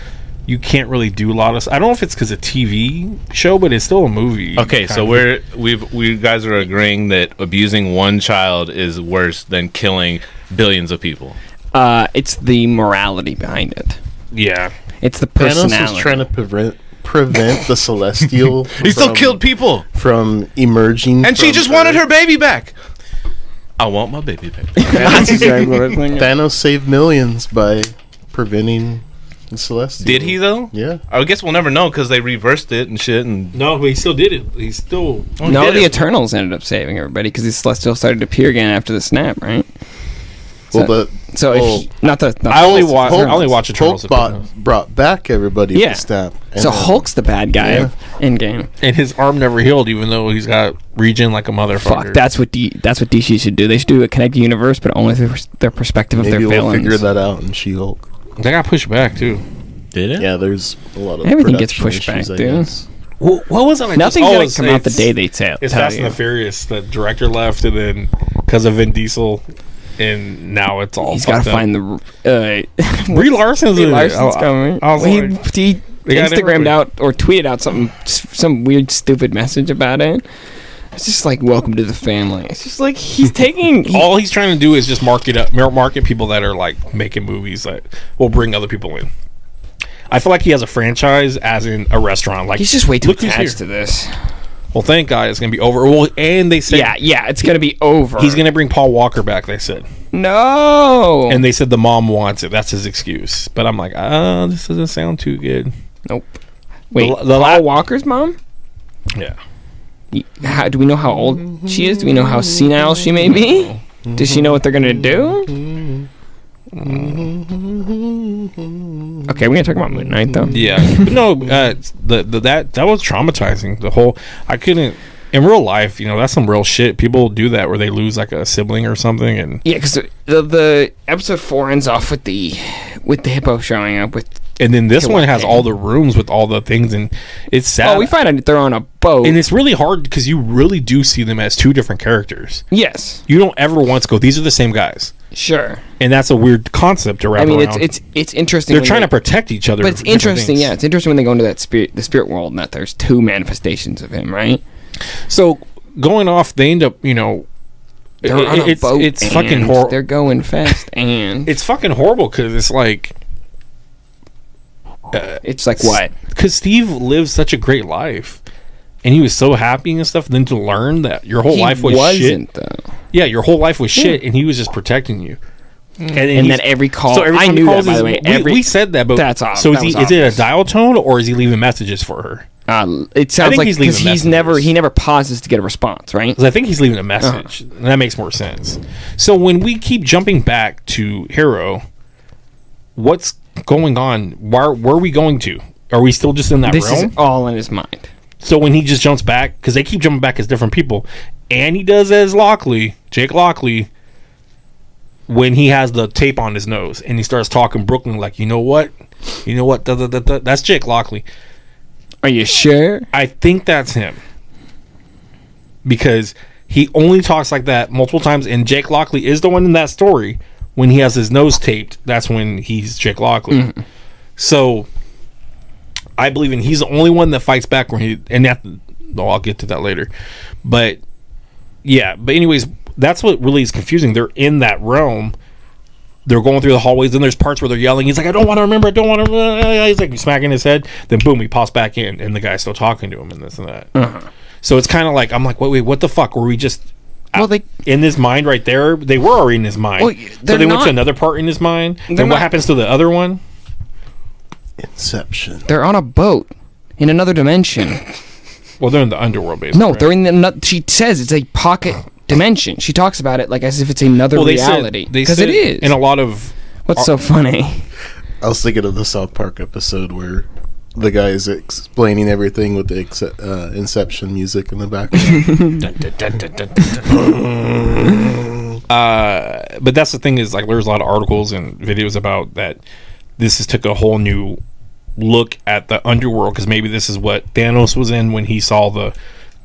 A: you can't really do a lot of. s- I don't know if it's because a TV show, but it's still a movie.
C: Okay,
A: kind
C: so
A: of.
C: we're we've we guys are agreeing that abusing one child is worse than killing billions of people.
B: Uh, it's the morality behind it.
A: yeah.
B: It's the
E: Thanos was
B: personality.
E: trying to prevent prevent the Celestial.
C: He still
E: from-
C: killed people,
E: from emerging,
C: and she
E: from
C: just
E: Earth.
C: wanted her baby back. I want my baby back.
B: That's exactly what I was thinking.
E: Thanos saved millions by preventing the Celestial.
C: Did he though?
E: Yeah.
C: I guess we'll never know because they reversed it and shit. And
A: No, but he still did it. He still.
B: No,
C: Did
B: the
C: it.
B: Eternals ended up saving everybody because the Celestial started to appear again after the snap, right?
E: Well,
B: So-
E: but
B: So
E: well,
B: if not the not
A: I
B: the
A: only
B: Celestial,
A: watch. I
B: Eternals.
A: only watch Eternals.
E: Hulk bought, brought back everybody
B: Yeah.
E: with the snap. and
B: So
E: then-
B: Hulk's the bad guy
E: Yeah.
B: in game.
A: and his arm never healed, even though he's got regen like a motherfucker.
B: Fuck, that's what D, that's what DC should do. They should do a connected universe, but only through pers- their perspective of
E: Maybe
B: their
E: we'll
B: villains.
E: figure that out in She Hulk.
A: they got pushed back too.
C: Did it?
E: Yeah, there's a lot of
B: Everything gets
E: production
B: pushed
E: issues,
B: back,
E: I
B: dude.
E: guess.
A: What, was it?
B: Nothing's gonna come out the day they tell.
A: Oh, It's
B: tell
A: Fast and
B: you.
A: the Furious. The director left, and then because of Vin Diesel, and now it's all.
B: He's got to find the. Uh,
A: Brie Larson's
B: Brie
A: in Oh, it.
B: Larson's
A: I- I-
B: coming.
A: I was
B: he
A: like-
B: he
A: They got
B: Instagrammed
A: everybody.
B: out or tweeted out something, s- some weird, stupid message about it. It's just like "Welcome to the family." It's just like he's taking. he-
A: all he's trying to do is just market up, mar- market people that are like making movies that will bring other people in. I feel like he has a franchise, as in a restaurant. Like
B: he's just way too
A: look who's
B: attached to
A: here.
B: this.
A: Well, thank God it's gonna be over. Well, and they said
B: Yeah, yeah, it's gonna be over.
A: he's gonna bring Paul Walker back. They said,
B: no.
A: and they said the mom wants it. That's his excuse. But I'm like, ah, this doesn't sound too good.
B: nope. Wait,
A: la-
B: the,
A: the la-
B: Walker's mom.
A: Yeah.
B: Y- How, do we know how old she is? Do we know how senile she may be? Does she know what they're gonna do? Okay, we're gonna talk about Moon Knight though.
A: Yeah, But no, uh, the, the that that was traumatizing. The whole I couldn't in real life. You know, that's some real shit. People do that where they lose like a sibling or something, and
B: Yeah, because the, the the episode four ends off with the with the hippo showing up with.
A: and then this
B: Okay,
A: one
B: what
A: has
B: thing?
A: all the rooms with all the things, and it's sad.
B: Oh, we find out that they're on a boat.
A: and it's really hard because you really do see them as two different characters.
B: yes,
A: You don't ever once go, these are the same guys,
B: sure.
A: and that's a weird concept to wrap
B: I mean,
A: around.
B: it's it's it's interesting.
A: they're
B: when
A: trying
B: they-
A: to protect each other,
B: but it's
A: from different
B: interesting.
A: things.
B: Yeah, it's interesting when they go into that spirit the spirit world and that there's two manifestations of him, right?
A: So going off, they end up, you know,
B: They're
A: it-
B: on a
A: it's,
B: boat.
A: It's
B: and
A: fucking
B: They're
A: horrible.
B: going fast, and
A: It's fucking horrible because it's like
B: it's like what?
A: because Steve lived such a great life, and he was so happy and stuff. Then to learn that your whole
B: He
A: life was shit,
B: wasn't though.
A: yeah, your whole life was shit, and he was just protecting you. And,
B: And
A: he's-
B: then every call,
A: so every
B: I
A: time he
B: knew that
A: calls
B: by
A: is-
B: the way.
A: we,
B: every
A: we said that, but
B: That's ob-
A: So is
B: that
A: he?
B: was
A: Is it
B: obvious.
A: a dial tone or is he leaving messages for her?
B: uh, it sounds
A: think
B: like
A: he's
B: because
A: leaving
B: he's, never
A: messages.
B: he never pauses to get a response, right?
A: Because I think he's leaving a
B: Uh-huh.
A: message. And that makes more sense. So when we keep jumping back to Hero, what's going on? Where where are we going to? Are we still just in that
B: This
A: realm?
B: is all in his mind.
A: so when he just jumps back, because they keep jumping back as different people, and he does as Lockley, Jake Lockley, when he has the tape on his nose and he starts talking Brooklyn like, you know what, you know what, da, da, da, da. that's Jake Lockley.
B: Are you sure?
A: I think that's him because he only talks like that multiple times. And Jake Lockley is the one in that story when he has his nose taped. That's when he's Jake Lockley. So I believe in he's the only one that fights back when he and that. No, I'll get to that later. But yeah, but anyways, that's what really is confusing. They're in that realm. They're going through the hallways. Then there's parts where they're yelling. He's like, I don't want to remember. I don't want to. He's like smacking his head. Then boom, he pops back in, and the guy's still talking to him and this and that.
B: Uh-huh.
A: So it's kind of like I'm like, wait, wait, what the fuck? Were we just
B: Well, they
A: in his mind right there? They were already in his mind.
B: Well, y-
A: so
B: they're
A: they went
B: not-
A: to another part in his mind.
B: They're
A: Then what
B: not-
A: happens to the other one?
E: Inception.
B: they're on a boat in another dimension.
A: Well, they're in the underworld, basically.
B: No,
A: right?
B: they're in the. ano- She says it's a pocket dimension. She talks about it like as if it's another
A: Well, they said-
B: reality
A: they
B: because
A: said
B: it is.
A: in a lot of
B: What's so funny?
E: I was thinking of the South Park episode where the guy is explaining everything with the exce- uh, Inception music in the background.
A: uh, but that's the thing is like there's a lot of articles and videos about that this has took a whole new look at the underworld because maybe this is what Thanos was in when he saw the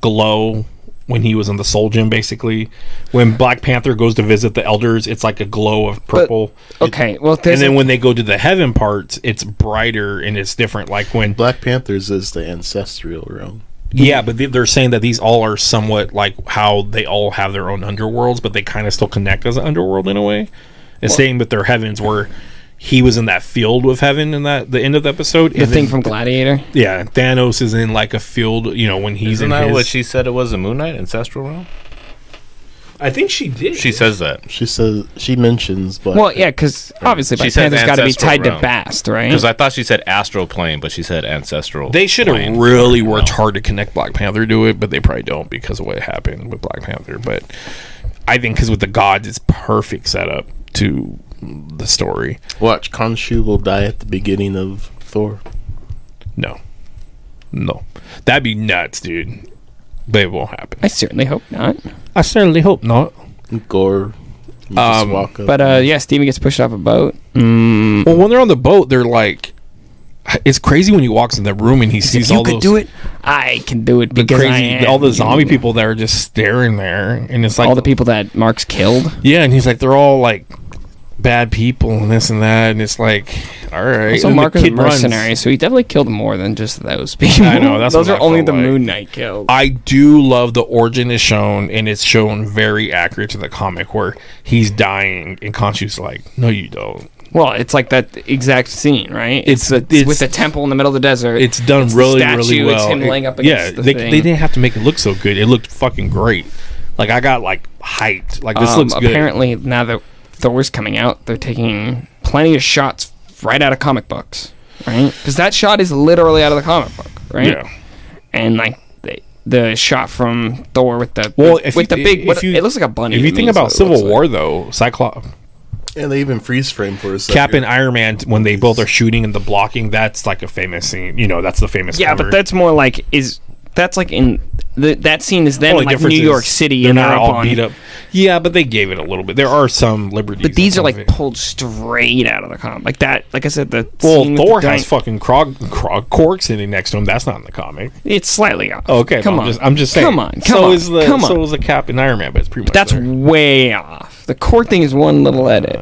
A: glow when he was in the Soul Gym, basically. When Black Panther goes to visit the Elders, it's like a glow of purple.
B: Okay, well,
A: and
B: there's
A: then
B: a-
A: when they go to the heaven parts, it's brighter and it's different. Like when,
E: Black Panthers is the ancestral realm.
A: yeah, but they- they're saying that these all are somewhat like how they all have their own underworlds, but they kind of still connect as an underworld in a way. And same with their heavens, where he was in that field with heaven in that the end of the episode.
B: the thing from Gladiator.
A: yeah, Thanos is in like a field. You know when he's
C: Isn't
A: in
C: that
A: his,
C: what she said it was in Moon Knight? Ancestral Realm?
A: I think she did.
C: She says that.
E: She says she mentions Black.
B: Well, yeah, because obviously
C: She
B: Black
C: said
B: Panther's got to be
C: ancestral
B: tied
C: realm.
B: to Bast, right?
C: Because I thought she said astral plane, but she said ancestral.
A: They should
C: plane.
A: have really
C: No.
A: worked hard to connect Black Panther to it, but they probably don't because of what happened with Black Panther. But I think because with the gods, it's perfect setup to the story.
E: Watch Khonshu will die at the beginning of Thor.
A: No, no, that'd be nuts, dude. But it won't happen.
B: I certainly hope not.
A: I certainly hope not.
E: Gore. You just
A: Um,
E: walk up.
B: But uh, yeah, Steven gets pushed off a boat. Mm,
A: Well, when they're on the boat, they're like, it's crazy when he walks in the room and he sees all those
B: it. I can do it because I
A: crazy,
B: am
A: all the zombie
B: you.
A: people that are just staring there, and it's like
B: all the people that Mark's killed.
A: Yeah, and he's like, they're all like bad people and this and that, and it's like, all right.
B: So
A: And the
B: Mark is a
A: kid runs.
B: mercenary, so he definitely killed more than just those people.
A: I know, that's
B: those
A: what
B: are
A: I
B: only
A: felt
B: the
A: like.
B: Moon Knight killed.
A: I do love the origin is shown, and it's shown very accurate to the comic where he's dying, and Khonshu's like, "No, you don't."
B: Well, it's like that exact scene, right?
A: It's-
B: the-
A: it's-
B: with the temple in the middle of the desert.
A: It's done
B: the
A: really, really
B: statue,
A: well.
B: it's him
A: It-
B: laying up
A: yeah,
B: against the
A: they,
B: thing.
A: they didn't have to make it look so good. It looked fucking great. Like I got like hyped. Like this
B: Um,
A: looks good.
B: Apparently, now that Thor's coming out, they're taking plenty of shots right out of comic books, right? Because that shot is literally out of the comic book, right?
A: Yeah.
B: And like the, the shot from Thor with the
A: Well, if
B: with the
A: you-
B: big, what,
A: if you-
B: it looks like a bunny.
A: If
B: to
A: you
B: me,
A: think
B: is
A: about
B: what it
A: Civil
B: looks like.
A: War, though, Cyclops,
E: and they even freeze frame for a second.
A: Cap and Iron Man, when they both are shooting and the blocking, that's like a famous scene. You know, that's the famous.
B: yeah,
A: cover.
B: but that's more like is that's like in the, that scene is then
A: Only
B: like New
A: difference
B: York
A: is
B: City
A: they're
B: and
A: not
B: they're
A: all
B: up on-
A: beat up. Yeah, but they gave it a little bit. There are some liberties.
B: But these
A: in
B: are like
A: some of it.
B: pulled straight out of the comic, like that. Like I said, the
A: Well,
B: scene with
A: Thor
B: the
A: has
B: dunk-
A: fucking Krog, Krog Korg sitting next to him. That's not in the comic.
B: it's slightly off.
A: Oh, Okay,
B: come
A: no,
B: on,
A: I'm just, I'm just saying.
B: Come on, come
A: so
B: on,
A: is the
B: come on.
A: so is the Cap and Iron Man, but it's pretty much
B: That's
A: there.
B: way off. The core thing is one little edit.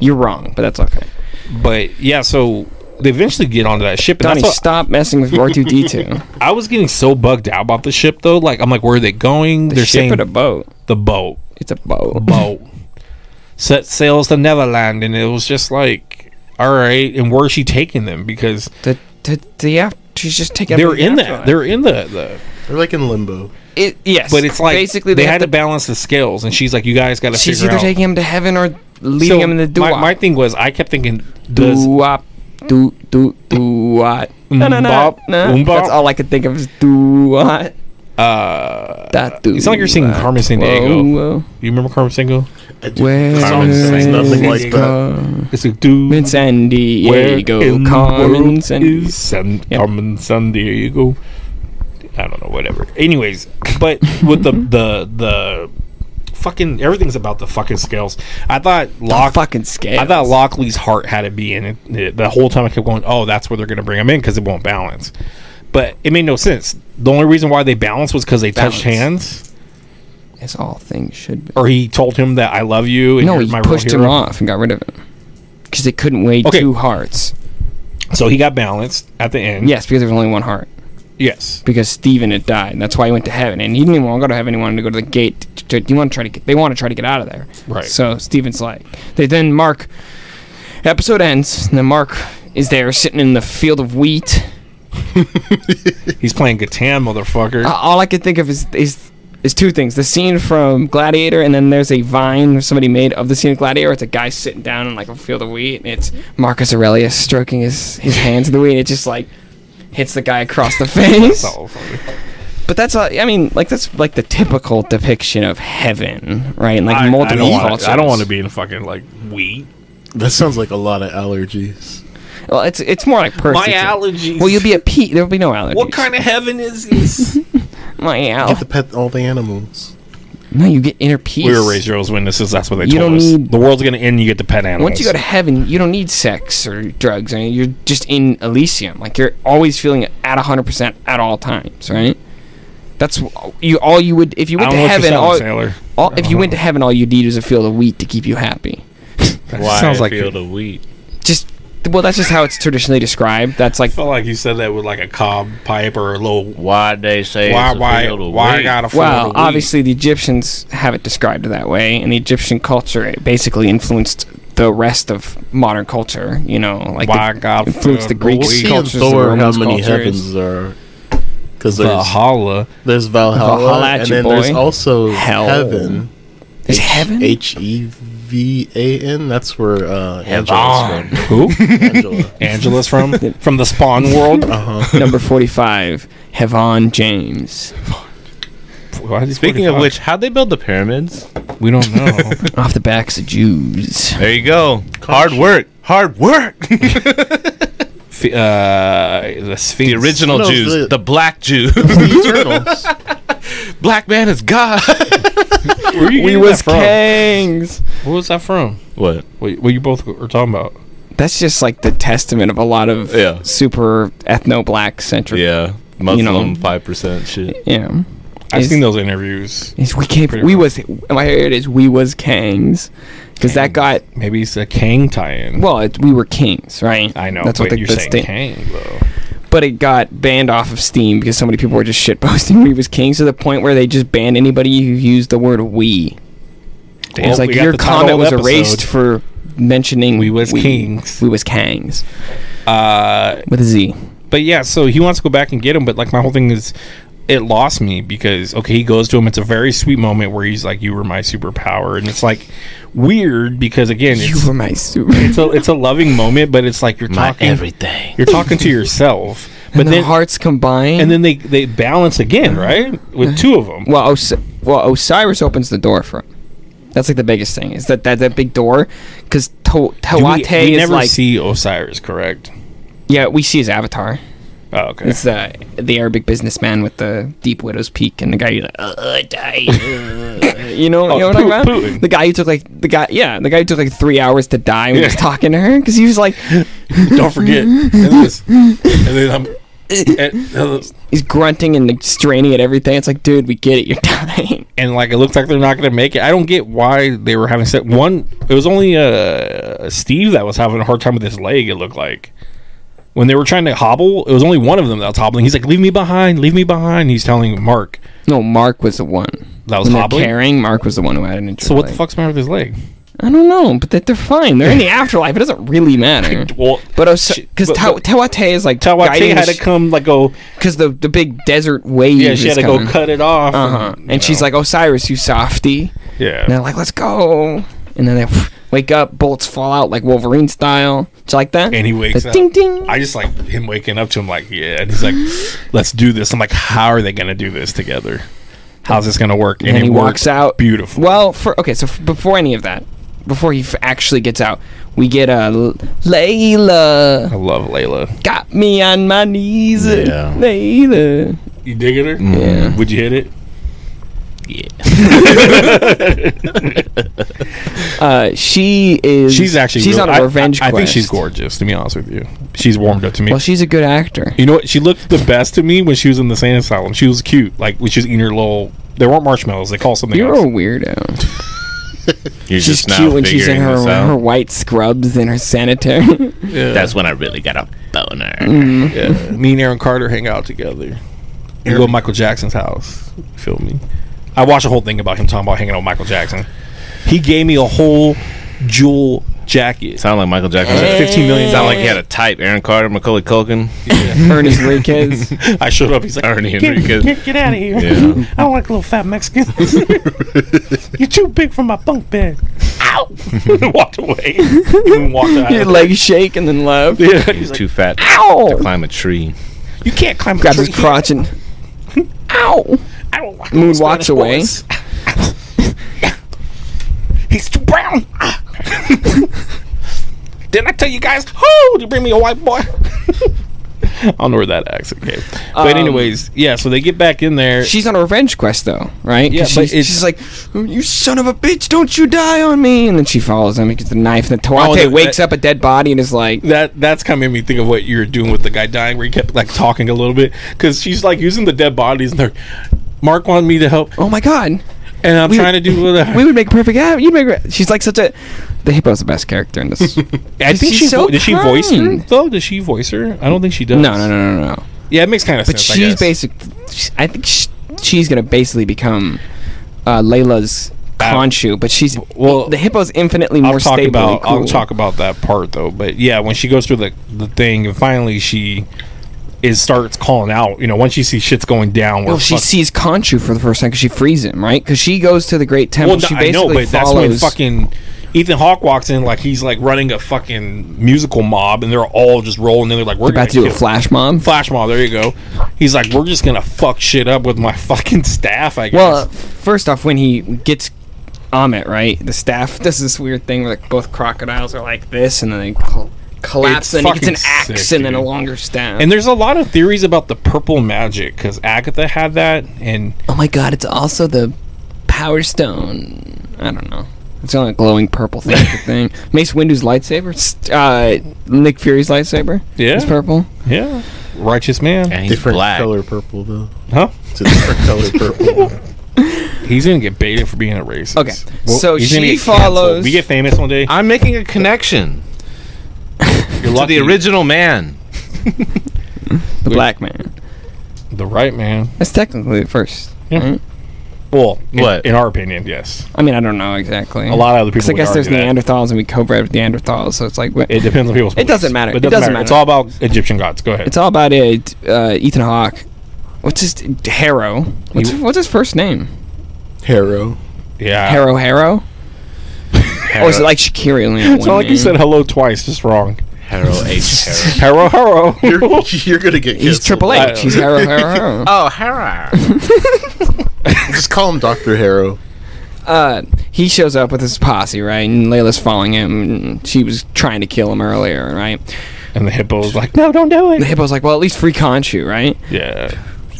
B: You're wrong, but that's okay.
A: Oh. But yeah, so they eventually get onto that ship. And
B: Donnie,
A: that's what,
B: stop messing with R2D2.
A: I was getting so bugged out about the ship though. Like I'm like, where are they going?
B: the
A: They're
B: ship
A: saying
B: or the boat?
A: the boat.
B: It's a boat.
A: boat set sails to Neverland, and it was just like, all right. And where is she taking them? Because
B: The the the af- she's just taking.
A: they're
B: the
A: in
B: afterlife.
A: that. They're in the the.
E: They're like in limbo.
B: It, yes,
A: But it's like
B: basically
A: they,
B: have
A: had to balance the scales, and she's like, you guys got to
B: She's
A: figure
B: either
A: out.
B: taking him to heaven or leaving
A: So
B: him in the
A: my,
B: doo-wop.
A: my thing was, I kept thinking, does
B: doo-wop, doo doo doo-wop.
A: Mm.
B: No, no, no,
A: Mbop,
B: no.
A: mbop.
B: That's all I could think of is doo-wop.
A: uh,
B: That doo.
A: it's not like you're singing Carmen Sandiego. You remember Carmen Sandiego?
E: I do.
B: Where
E: Carmen
B: is
E: Sandiego. Nothing like that.
B: Carmen
A: It's a dude.
B: Carmen San Diego, Carmen San
A: is San,
B: Yep.
A: Carmen San Diego? I don't know, whatever. Anyways, but with the the the fucking everything's about the fucking scales. I thought Lock.
B: fucking scale.
A: I thought Lockley's heart had to be in it. it. The whole time I kept going, oh, that's where they're going to bring him in because it won't balance. But it made no sense. The only reason why they balanced was because they touched hands,
B: as all things should be.
A: or he told him that I love you. And
B: No,
A: you're
B: he
A: my real
B: pushed him
A: hero."
B: off and got rid of him because they couldn't weigh
A: Okay.
B: two hearts.
A: So he got balanced at the end.
B: Yes, because there was only one heart.
A: Yes.
B: Because Stephen had died, and that's why he went to heaven. And he didn't even want to go to heaven. He wanted to go to the gate. To, to- you want to try to get. They want to try to get out of there.
A: Right.
B: So Stephen's like, they then Mark. Episode ends, and then Mark is there sitting in the field of wheat.
A: He's playing Catan, motherfucker.
B: Uh, all I could think of is is is two things: the scene from Gladiator, and then there's a vine somebody made of the scene of Gladiator. It's a guy sitting down in like a field of wheat, and it's Marcus Aurelius stroking his his hands in the wheat. It just like hits the guy across the face.
A: So funny.
B: But that's all, I mean, like that's like the typical depiction of heaven, right? And, Like
A: I,
B: multiple
A: I don't wanna-
B: cultures.
A: I don't want to be in fucking like wheat.
E: That sounds like a lot of allergies.
B: Well, it's it's more like personal.
A: allergies.
B: Well, you'll be a pea. There'll be no allergies.
A: of heaven is this?
B: of my
E: Get to
B: allergy?
E: pet all the animals.
B: No, you get inner peace.
A: we were raised Jehovah's Witnesses. That's what they
B: You
A: told
B: don't
A: us.
B: need-
A: the world's gonna end. You get the pet animals.
B: Once you go to heaven, you don't need sex or drugs. I mean, you're just in Elysium. Like you're always feeling at 100% at all times, right? That's w- you. All you would if you
A: I
B: went
A: don't
B: to
A: know what you're
B: heaven.
A: selling, Uh-huh.
B: All,
A: Taylor.
B: all, if you went to heaven, all you'd need was a field of wheat to keep you happy.
C: Why
A: sounds like
C: field
A: you-
C: of wheat?
B: Just well, that's just how it's traditionally described. That's like
A: I felt like you said that with like a cob pipe or a little.
C: Why they say
A: Why,
C: it's a
A: why,
C: field of
A: why I
C: wheat?
A: gotta fill
B: Well,
A: the wheat?
B: obviously the Egyptians have it described that way, and the Egyptian culture basically influenced the rest of modern culture. You know, like
A: Why
B: the,
A: God
B: influenced the
A: filled the
B: Greek
A: wheat.
E: See in
B: cultures, the
E: Thor how
B: Romans
E: many
B: cultures.
E: heavens there are. Because
A: the
E: there's,
A: holla.
E: there's Valhalla,
B: Valhalla at
E: and
B: you,
E: then there's
B: boy.
E: also
B: Hell.
E: Heaven.
B: There's heaven.
E: H E V A N. That's where uh,
A: Heaven.
E: Angela's from.
A: Who?
E: Angela.
A: Angela's from from the Spawn world. Uh-huh.
B: Number forty-five, Hevon James.
A: Why is he
C: Speaking of
A: 45?
C: which, how'd they build the pyramids?
A: we don't know.
B: Off the backs of Jews.
C: There you go. Hard work. Hard work.
A: F- uh, the Sphinx.
C: The original
E: No,
C: Jews,
E: the-
C: the black Jew.
E: the Eternals.
C: black man is God.
A: Where you
B: We
A: getting
B: was
A: that from?
B: kings.
A: Where was that from?
C: what?
A: What, what you both were talking about?
B: That's just like the testament of a lot of
C: Yeah.
B: super ethno-black centric.
C: Yeah. Muslim
B: know.
C: five percent shit.
B: yeah.
A: I've
B: Is-
A: seen those interviews.
B: Is we came.
A: Pretty
B: We
A: rough.
B: was. My it is. We was kings, because that got.
A: Maybe it's a Kang tie-in.
B: Well, it, we were kings, right?
A: I know.
B: That's
A: but
B: what the,
A: you're
B: that's
A: saying.
B: the-
A: Kang though.
B: But it got banned off of Steam because so many people were just shitposting we was kings to the point where they just banned anybody who used the word we.
A: Damn,
B: it's like
A: we got
B: your
A: the title
B: comment
A: of
B: was
A: the
B: erased
A: episode.
B: for mentioning
A: We was kings.
B: We was kangs
A: Uh,
B: with a Z.
A: but yeah, so he wants to go back and get him. But like my whole thing is, it lost me because okay, he goes to him. It's a very sweet moment where he's like, "You were my superpower," and it's like weird because again,
B: You
A: it's
B: were my super.
A: it's a, it's a loving moment, but it's like you're talking
C: everything.
A: you're talking to yourself. But
B: and
A: then
B: the hearts combined.
A: and then they they balance again, right? With two of them.
B: well, Os- well, Osiris opens the door for him. That's like the biggest thing is that that, that big door because to-
A: Do we,
B: Tawate
A: we
B: is
A: never
B: like
A: see Osiris, correct?
B: yeah we see his avatar.
A: Oh, okay.
B: It's the the Arabic businessman with the deep widow's peak and the guy who's like, uh, uh, die. uh," you know, you know what I'm
A: Putin,
B: talking
A: Oh, Putin.
B: about? The guy who took like the guy, yeah, the guy who took like three hours to die when he was
A: Yeah.
B: talking to her because he was like,
A: Don't forget. and, this- and then I'm. And, uh,
B: he's grunting and like, straining at everything. It's like, dude, we get it, you're dying.
A: and like it looks like they're not going to make it. I don't get why they were having sex. One, it was only uh, Steve that was having a hard time with his leg. It looked like when they were trying to hobble, it was only one of them that was hobbling. He's like, "Leave me behind, leave me behind." He's telling Mark
B: No, Mark was the one.
A: that was
B: When they're
A: hobbling.
B: carrying, Mark was the one who had an injury.
A: so what the
B: leg.
A: fuck's the matter with his leg?
B: I don't know, but they- they're fine. They're in the afterlife. It doesn't really matter.
A: Well,
B: But Os-
A: She-
B: because
A: but-
B: Ta-
A: but-
B: Tawate is like
A: Tawate
B: guiding
A: had to come like go.
B: because the the big desert wave.
A: Yeah, she
B: is
A: had to
B: coming.
A: go cut it off.
B: Uh huh. And she's like, Osiris, you softy.
A: "Yeah,
B: And they're like, let's go. And then they wake up, bolts fall out like Wolverine style. It's like that.
A: and he wakes
B: The
A: up.
B: ding ding.
A: I just like him waking up to him, like, yeah. And he's like, let's do this. I'm like, how are they going to do this together? How's this going to work?
B: and, he
A: it worked
B: walks out.
A: Beautiful.
B: Well, for okay, so f- before any of that, before he f- actually gets out, we get a L- Layla
A: I love Layla.
B: got me on my knees.
C: Yeah.
B: Layla.
A: You digging her?
B: Yeah.
A: Would you hit it?
B: Uh, she is.
A: She's actually
B: she's
A: really-
B: on a
A: I-
B: revenge
A: I, I
B: quest.
A: think she's gorgeous. To be honest with you, she's warmed up to me.
B: Well, she's a good actor.
A: you know what? She looked the best to me when she was in the sand asylum. She was cute. Like when she was eating her little. There weren't marshmallows. They call something
B: You're a
A: else.
B: weirdo.
C: You're
B: She's
C: just now
B: cute when she's in
C: figuring
B: her
C: this
B: her
C: out.
B: white scrubs and her sanitary.
C: That's when I really got a boner.
A: Yeah. me and Aaron Carter hang out together. We go to Michael Jackson's house. Feel me? I watched a whole thing about him talking about hanging out with Michael Jackson. He gave me a whole jewel jacket.
C: Sound like Michael Jackson.
A: Like Fifteen million
C: Sound
A: dollars.
C: like he had a type. Aaron Carter, Macaulay Culkin,
B: Ernest Enriquez.
A: I showed up. He's like,
C: Ernie
F: Get,
C: Enriquez.
F: get, get out of here.
C: Yeah.
F: I don't like little fat Mexicans. You're too big for my bunk bed.
A: walked away. Even walked
B: Your
A: out.
B: legs shake and then left.
C: He's too fat to
B: Ow!
C: climb a tree.
F: You can't climb
B: Grabs
F: a
B: his
F: tree.
B: crotch and ow!
F: I don't like
B: Moon
F: those
B: walks
F: Spanish
B: away.
F: boys. He's too brown. Ah. Didn't I tell you guys? Oh, you bring me a white boy.
A: I don't know where that accent came. But
B: Um,
A: anyways, yeah. So they get back in there.
B: She's on a revenge quest though, right? 'Cause
A: Yeah, but
B: she's,
A: it's-
B: she's like, "You son of a bitch! Don't you die on me!" And then she follows him and gets the knife. And then Tawate
A: Oh, that-
B: wakes
A: that-
B: up a dead body and is like,
A: that that's kind of made me think of what you were doing with the guy dying, where he kept like talking a little bit because she's like using the dead bodies and they're Mark wanted me to help,
B: Oh my god.
A: and I'm
B: We-
A: trying to do.
B: We would make perfect app. You'd make. re- She's like such a. The hippo's the best character in this. no,
A: I think
B: she's
A: she
B: so
A: vo- did. She voice her
B: kind.
A: though. Does she voice her? I don't think she does.
B: no, no, no, no, no.
A: Yeah, it makes kind of
B: But
A: sense. I
B: she's
A: guess.
B: basic. sh- I think sh she's gonna basically become uh, Layla's
A: Uh,
B: Khonshu, but she's
A: well,
B: the hippo's infinitely more
A: I'll talk
B: stable.
A: about
B: and cool.
A: I'll talk about that part though. But yeah, when she goes through the the thing and finally she is starts calling out. You know, once she sees shit's going down, where
B: Well, she
A: fuck-
B: sees Khonshu for the first time because she frees him, right? Because she goes to the Great Temple.
A: well,
B: she
A: no, I know,
B: basically
A: but that's when
B: follows.
A: fucking Ethan Hawke walks in like he's like running a fucking musical mob, and they're all just rolling in. They're like, we're
B: We're about
A: gonna
B: to do a
A: kill-
B: flash mom.
A: flash mob. There you go. He's like, we're just gonna fuck shit up with my fucking staff. I guess.
B: Well, uh, first off, when he gets Amit, right, the staff does this weird thing where like both crocodiles are like this, and then they col- collapse,
A: It's
B: and he gets an
A: fucking
B: axe,
A: sick,
B: and then a
A: dude.
B: longer staff.
A: and there's a lot of theories about the purple magic because Agatha had that, and
B: oh my god, it's also the Power Stone. I don't know. It's only a glowing purple thing. thing. Mace Windu's lightsaber, st- uh, Nick Fury's lightsaber.
A: Yeah.
B: is purple.
A: yeah, righteous man,
C: And he's
E: different
C: black.
E: color purple though.
A: huh?
E: It's a different color purple.
A: He's gonna get baited for being a racist.
B: Okay, so
A: he's gonna
B: she
A: get canceled.
B: follows-
A: We get famous one day.
C: I'm making a connection
A: You're
C: to
A: lucky.
C: the original man.
B: The black man.
A: the right man.
B: That's technically the first.
A: Yeah. Well, in-
C: What?
A: In our opinion, yes.
B: I mean, I don't know exactly.
A: A lot of other people.
B: Because Mm. I
A: would
B: guess there's
A: argue that.
B: Neanderthals and we co-bred with Neanderthals, so it's like wh-
A: It depends on people's.
B: It doesn't matter.
A: But
B: It doesn't
A: It's
B: matter.
A: all about Egyptian gods. Go ahead.
B: It's all about it. Uh, Ethan Hawke. What's his Harrow? What's,
A: You- Uh,
B: what's his first name?
E: Harrow.
A: yeah.
B: Harrow Harrow. Or is it like Shakira? Only had
A: It's
B: one
A: not like you
B: name?
A: said hello twice. Just wrong.
C: Harold H. Harold.
A: Harrow, harrow.
E: You're, you're gonna get.
B: He's
E: canceled.
B: Triple
A: I
B: H.
A: don't
B: He's Harrow Harrow. Harrow.
C: Oh, Harold.
E: Just call him Doctor Harrow.
B: uh, he shows up with his posse, right? And Layla's following him. and She was trying to kill him earlier, right?
A: And the hippo's like, no, don't do
B: The
A: it.
B: hippo's like, well, at least free Conchu, right?
A: Yeah.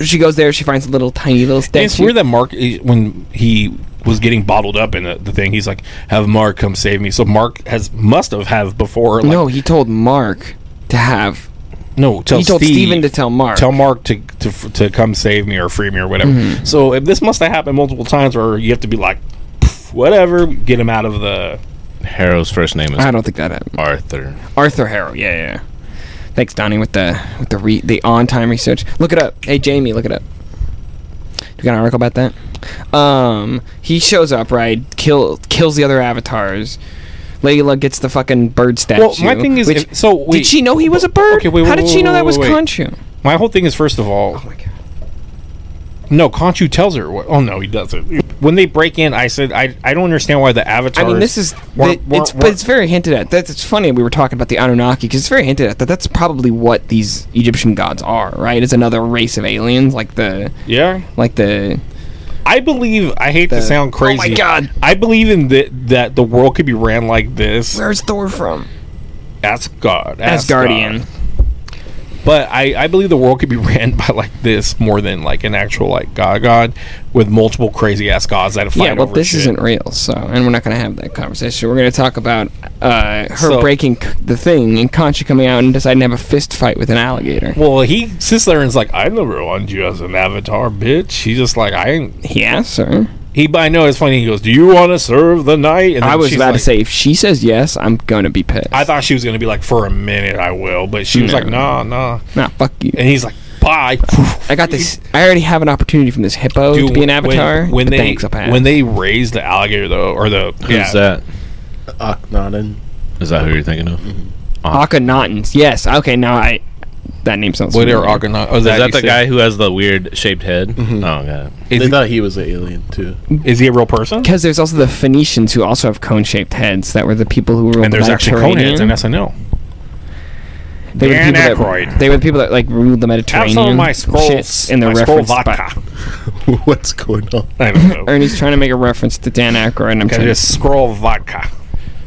B: She goes there. She finds a little tiny little statue.
A: it's weird that Mark, eh, when he was getting bottled up in the, the thing, he's like, have Mark come save me. So Mark has must have have before. Like,
B: no, he told Mark to have.
A: no, tell
B: he told
A: Steve-
B: Steven to tell Mark.
A: Tell Mark to, to f- to come save me or free me or whatever.
B: Mm-hmm.
A: So if this must have happened multiple times, where you have to be like, "Pff, whatever, get him out of the.
C: Harold's first name is
B: I don't think that happened.
C: Arthur.
B: Arthur Harrow. Yeah, yeah. yeah. Thanks, Donnie, with the with the re- the on time research. Look it up. Hey, Jamie, look it up. You got an article about that? Um, he shows up, right? Kill kills the other avatars. Layla gets the fucking bird statue.
A: Well, my thing is,
B: which-
A: if- so wait,
B: did she know he was a bird?
A: Okay, wait,
B: How
A: wait,
B: did
A: wait,
B: she know that
A: wait,
B: was
A: wait, Oh wait.
B: Conchu?
A: My whole thing is, first of all,
B: my god.
A: No, Conchu tells her. What, oh no, he doesn't. When they break in, I said I, I don't understand why the
B: I
A: avatars.
B: mean, this is
A: weren't-
B: the-
A: weren't-
B: it's, but
A: weren't-
B: it's very hinted at. That's it's funny we were talking about the Anunnaki because it's very hinted at that that's probably what these Egyptian gods are, right? It's another race of aliens like the
A: yeah.
B: like the
A: I believe. I hate to
B: The-
A: sound
B: Oh my
A: crazy.
B: God.
A: I believe in that that the world could be ran like this.
B: Where's Thor from?
A: Ask God.
B: As
A: ask
B: Guardian.
A: God. But I, I believe the world could be ran by like this more than like an actual like God God with multiple crazy ass gods that fight
B: Yeah, well,
A: over
B: this
A: shit.
B: isn't real, so and we're not going to have that conversation. We're going to talk about uh, her
A: So-
B: breaking c- the thing and Concha coming out and deciding to have a fist fight with an alligator.
A: Well, he sits there and's like, I never wanted you as an avatar, bitch. He's just like, I ain't.
B: He asks her.
A: He, I know it's funny. He goes, Do you want to serve the night? And
B: I
A: then
B: was
A: she's
B: about to
A: like-
B: say, if she says yes, I'm going to be pissed.
A: I thought she was gonna be like, for a minute, I will, but she was
B: No.
A: like, nah, nah.
B: nah, fuck you.
A: And he's like, bye.
B: I got this. I already have an opportunity from this hippo to be an avatar.
A: When, when
B: but
A: they
B: thanks, I'll pass.
A: when they raise the alligator though, or the yeah,
C: Who's that?
E: Akhenaten.
C: Is that who you're thinking of?
B: Akhenaten's, yes. Okay, now I that name sounds.
A: what are
B: familiar.
A: Argonaut? Oh, is
C: Is that the guy who has the weird shaped head? Oh, god.
A: Is
E: They
A: he,
E: thought he was an alien too.
A: is he a real person?
B: Because there's also the Phoenicians who also have cone-shaped heads that were the people who ruled
A: And there's
B: the
A: actually Conan's in
B: Mediterranean.
A: SNL.
B: They were, the
A: Dan
B: people
A: Aykroyd.
B: that, they were the people that like ruled the
A: Have
B: Mediterranean.
A: some of my scrolls
B: shits and they're
A: my scroll
B: referenced by-
A: vodka.
E: What's going on?
A: I don't know.
B: Ernie's trying to make a reference to Dan Aykroyd, and I'm
A: Can I
B: trying
A: just scroll vodka.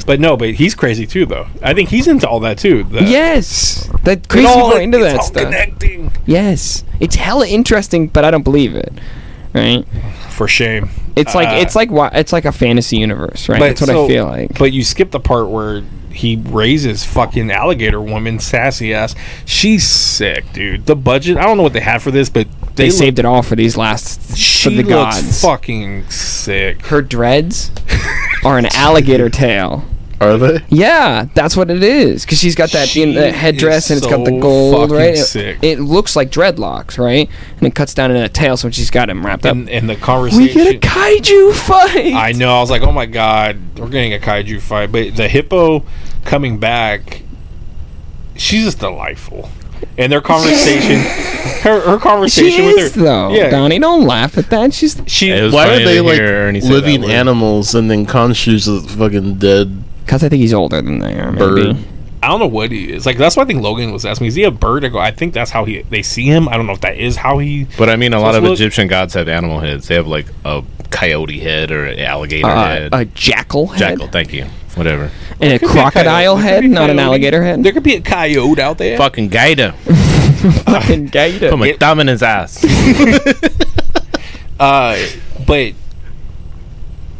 A: But no, but he's crazy too, though. I think he's into all that too. The,
B: to. Yes, that
A: it
B: crazy
A: all-
B: people
A: uh,
B: into
A: it's
B: that
A: all
B: stuff.
A: Connecting.
B: Yes, it's hella interesting, but I don't believe it. Right?
A: For shame.
B: It's like
A: Uh,
B: it's like wa- it's like a fantasy universe, right? That's what I
A: so-
B: feel like.
A: But you skip the part where he raises fucking alligator woman, sassy ass. She's sick, dude. The budget, I don't know what they had for this, but
B: they,
A: look-
B: saved it all for these last
A: She
B: of the
A: looks
B: gods.
A: fucking sick.
B: Her dreads are an alligator tail.
E: Are they?
B: Yeah, that's what it is. Because she's got that, being, that
A: She
B: headdress and
A: is
B: it's got the
A: so
B: gold,
A: fucking
B: right? It-
A: sick.
B: It, looks like dreadlocks, right? And it cuts down into that tail, so she's got him wrapped up.
A: And, and the conversation.
B: We get a kaiju fight!
A: I know. I was like, oh my god, we're getting a kaiju fight. But the hippo coming back, she's just delightful. And their conversation, her her
B: she
A: conversation
B: is,
A: with her,
B: though.
A: yeah,
B: Donnie, don't laugh at that. She's
A: she
C: It was
E: Why
C: funny
E: are they
C: to
E: like
C: hear Ernie say that
E: living
C: word.
E: animals and then Khonshu's a fucking dead
B: Because I think he's older than they are, maybe.
E: bird?
A: I don't know what he is. Like that's why I think Logan was asking me, is he a bird? I go, I think that's how he they see him. I don't know if that is how he
C: But I mean, a lot
A: Let's
C: of
A: look.
C: Egyptian gods have animal heads. They have like a coyote head or an alligator
B: Uh,
C: head.
B: a jackal head?
C: Jackal, thank you. Whatever.
B: And a
A: Could be a
B: crocodile
A: coyote.
B: head,
A: Could be
B: not an
A: coyote.
B: alligator head.
A: There could be a coyote out there.
C: Fucking gator.
B: fucking gator.
C: Put my
A: It-
C: thumb in his ass.
A: Uh, but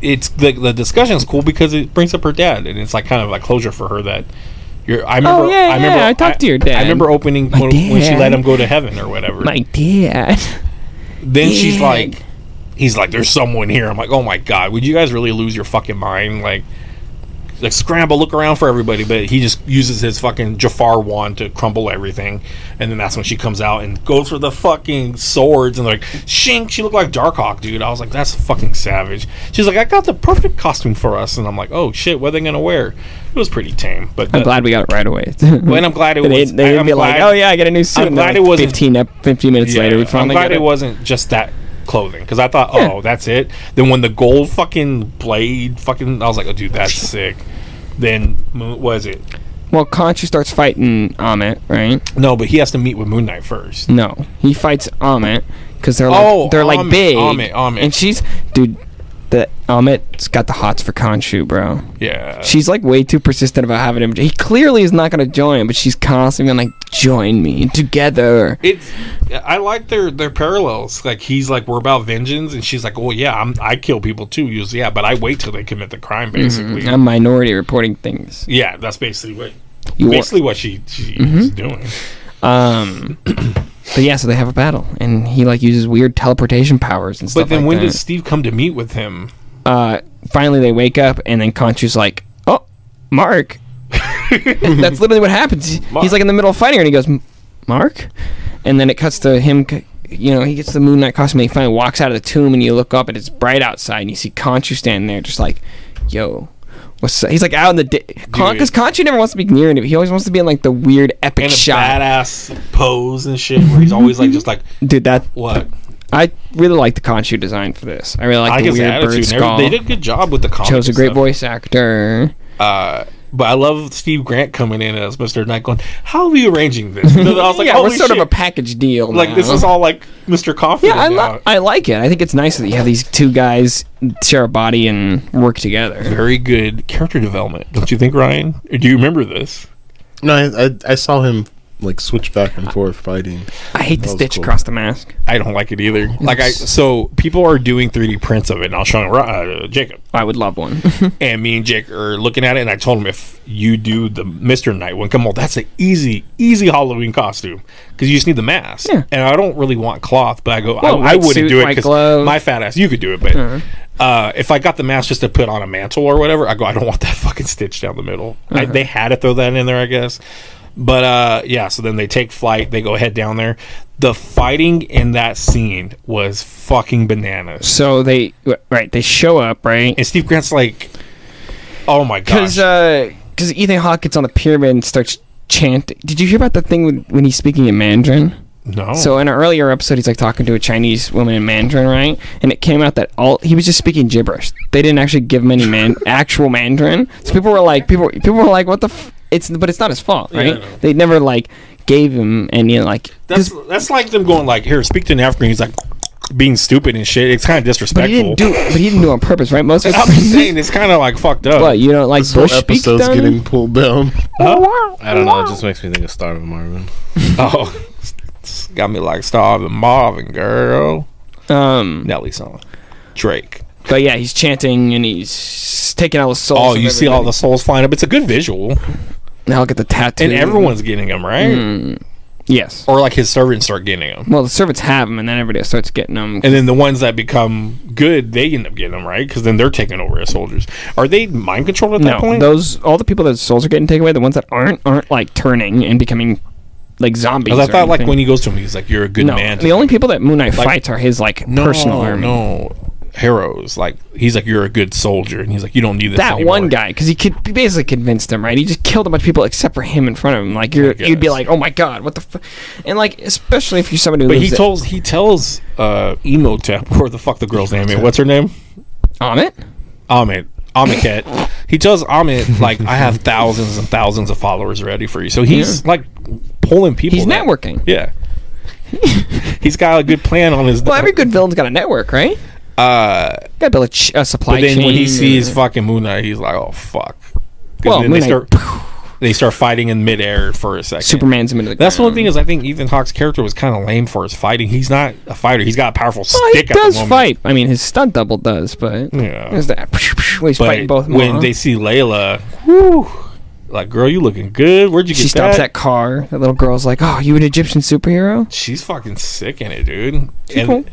A: it's the the discussion is cool because it brings up her dad, and it's like kind of like closure for her that. You're, I remember.
B: Oh, yeah,
A: I remember.
B: yeah, I talked to your dad.
A: I remember opening when, when she
B: dad.
A: let him go to heaven or whatever.
B: My dad.
A: then she's
B: dad.
A: like, he's like, "There's someone here." I'm like, "Oh my god, would you guys really lose your fucking mind?" Like, like scramble, look around for everybody, but he just uses his fucking Jafar wand to crumble everything, and then that's when she comes out and goes for the fucking swords, and they're like, "Shink!" She looked like Darkhawk, dude. I was like, "That's fucking savage." She's like, "I got the perfect costume for us," and I'm like, "Oh shit, what are they gonna wear?" It was pretty tame, but
B: I'm
A: the-
B: glad we got it right away.
A: But I'm glad it
B: they,
A: was. I-
B: they
A: I'm
B: would be like,
A: glad-
B: "Oh yeah, I get a new suit."
A: I'm
B: and then,
A: glad
B: like,
A: it wasn't-
B: 15, ep- 15 minutes
A: Yeah,
B: later. We finally
A: I'm glad
B: get
A: it wasn't just that clothing because I thought, oh, that's it. Then when the gold fucking blade fucking, I was like, oh, dude, that's sick. Then Moon- was it?
B: Well, Conchu starts fighting Amit, right?
A: No, but he has to meet with Moon Knight first.
B: No, he fights Amit because they're like
A: Oh,
B: they're like
A: Amit,
B: big.
A: Amit, Amit.
B: And she's dude, the Amit's got the hots for Conchu, bro.
A: Yeah,
B: She's like way too persistent about having him. He clearly is not gonna join, but she's constantly being like, "Join me together."
A: it's. I like their their parallels. Like he's like, we're about vengeance, and she's like, well, yeah, I'm, I kill people too. He goes, yeah, but I wait till they commit the crime, basically.
B: I'm minority reporting things.
A: Yeah, that's basically what
B: You are-
A: basically what she she's doing.
B: Um, but yeah, so they have a battle, and he like uses weird teleportation powers and stuff.
A: But then
B: like
A: when
B: that.
A: did Steve come to meet with him?
B: uh, finally they wake up, and then Conchu's like, "Oh, Mark." That's literally what happens. He's like in the middle of fighting, her, and he goes, "M- "Mark," and then it cuts to him. c- You know, he gets the Moon Knight costume, and he finally walks out of the tomb, and you look up, and it's bright outside, and you see Conchu standing there, just like, "Yo." What's up? He's like out in the because di- Con-
A: Dude.
B: 'cause Conchu never wants to be near anybody. He always wants to be in like the weird epic
A: And a
B: shot.
A: badass pose and shit, where he's always like, just like,
B: Dude, that
A: what?
B: I really like the Conchu design for this. I really like
A: I
B: the
A: guess the
B: weird
A: attitude. and
B: bird
A: everything.
B: skull.
A: They did a good job with the comic.
B: Chose a
A: and
B: great
A: stuff.
B: voice actor.
A: Uh, but I love Steve Grant coming in as Mr. Knight, going, "How are we arranging this?" And then I was like,
B: yeah,
A: "Holy
B: we're sort
A: shit!"
B: of a package deal.
A: like this
B: now.
A: is all like Mr. Confident.
B: Yeah, I,
A: now.
B: li- I like it. I think it's nice that you have these two guys share a body and work together.
A: Very good character development, don't you think, Ryan? Or do you remember this?
E: No, I, I I saw him like switch back and forth fighting.
B: I hate the
E: That was
B: stitch
E: cool.
B: across the mask.
A: I don't like it either. Like I, so people are doing 3D prints of it, and I'll show uh, Jacob.
B: Oh, I would love one.
A: and me and Jake are looking at it, and I told him if you do the Mister Night one, come on, that's an easy, easy Halloween costume because you just need the mask.
B: Yeah.
A: And I don't really want cloth, but I go,
B: Well,
A: I, I
B: white
A: wouldn't
B: suit,
A: do it
B: white
A: because
B: gloves. Uh-huh.
A: my fat ass, you could do it, but uh, if I got the mask just to put on a mantle or whatever, I go, I don't want that fucking stitch down the middle. I,
B: Uh-huh.
A: they had to throw that in there, I guess. But uh, yeah, so then they take flight, they go head down there. The fighting in that scene was fucking bananas.
B: so they right, they show up right
A: And Steve Grant's like, oh my gosh.
B: because because uh, Ethan Hawke gets on the pyramid and starts chanting. Did you hear about the thing with, when he's speaking in Mandarin?
A: no.
B: So in an earlier episode, he's like talking to a Chinese woman in Mandarin, right? And it came out that all he was just speaking gibberish. They didn't actually give him any man actual Mandarin. So people were like, people people were like, what the? F-? It's but it's not his fault, right?
A: Yeah.
B: They never like gave him any like.
A: That's that's like them going like, here, speak to an African. He's like being stupid and shit. It's kind of
B: But he
A: disrespectful.
B: didn't do. But he didn't do it on purpose, right? Most of
A: I'm just saying it's kind of like fucked up.
B: What you don't like
E: This whole
B: Bush speak
E: episode's
B: done?
E: getting pulled down.
C: I don't know. It just makes me think of Starving Marvin.
A: oh, it's got me like starving Marvin, girl.
B: Um,
A: Nelly song, Drake.
B: but yeah, he's chanting and he's taking all the souls.
A: Oh,
B: of
A: you see all the
B: everybody.
A: souls flying up. It's a good visual,
B: Now look at the tattoo. Mm.
A: and everyone's getting them right.
B: Yes.
A: or like his servants start getting them.
B: Well, the servants have them, and then everybody else starts getting them.
A: And then the ones that become good, they end up getting them, right? Because then they're taking over as soldiers. Are they mind controlled at that
B: no,
A: point?
B: those all the people that souls are getting taken away. The ones that aren't aren't like turning and becoming like zombies.
A: Because I
B: or
A: thought like
B: anything.
A: when he goes to him, he's like, "You're a good
B: no,
A: man."
B: the only people that Moon Knight fights are his like
A: no,
B: personal army.
A: no heroes. Like he's like, "You're a good soldier," and he's like, "You don't need this."
B: that
A: anymore."
B: one guy because he could he basically convinced him right he just killed a bunch of people except for him in front of him like you're, you'd be
A: guess.
B: like oh my god what the f-? and like especially if you're somebody who
A: But
B: lives
A: he
B: at-
A: tells he tells uh, Emotep, or the fuck the girl's name is. What's her name?
B: Amit
A: Amit. Amiket. He tells Amit like, "I have thousands and thousands of followers ready for you." So he's like pulling people.
B: he's
A: that-
B: networking
A: Yeah. he's got a good plan on his.
B: well every good villain's got a network right
A: uh,
B: gotta build a, ch- a supply
A: but then
B: chain
A: when he sees
B: or-
A: fucking Moon Knight, he's like, "Oh fuck!" 'Cause
B: well
A: then
B: Moon
A: they
B: Knight,
A: start they start fighting in midair for a second.
B: Superman's him into the
A: That's the
B: ground.
A: one thing is I think Ethan Hawke's character was kind of lame for his fighting. He's not a fighter. He's got a powerful
B: well, he
A: stick. at the
B: does
A: moment.
B: fight I mean his stunt double does but
A: Yeah.
B: there's that when he's
A: But
B: fighting both uh-huh. of them,
A: when
B: huh?
A: they see Layla, whew, like girl, you looking good. Where'd you get
B: she stops
A: that?
B: that car that little girl's like oh you an Egyptian superhero
A: She's fucking sick in it, dude. And
B: cool.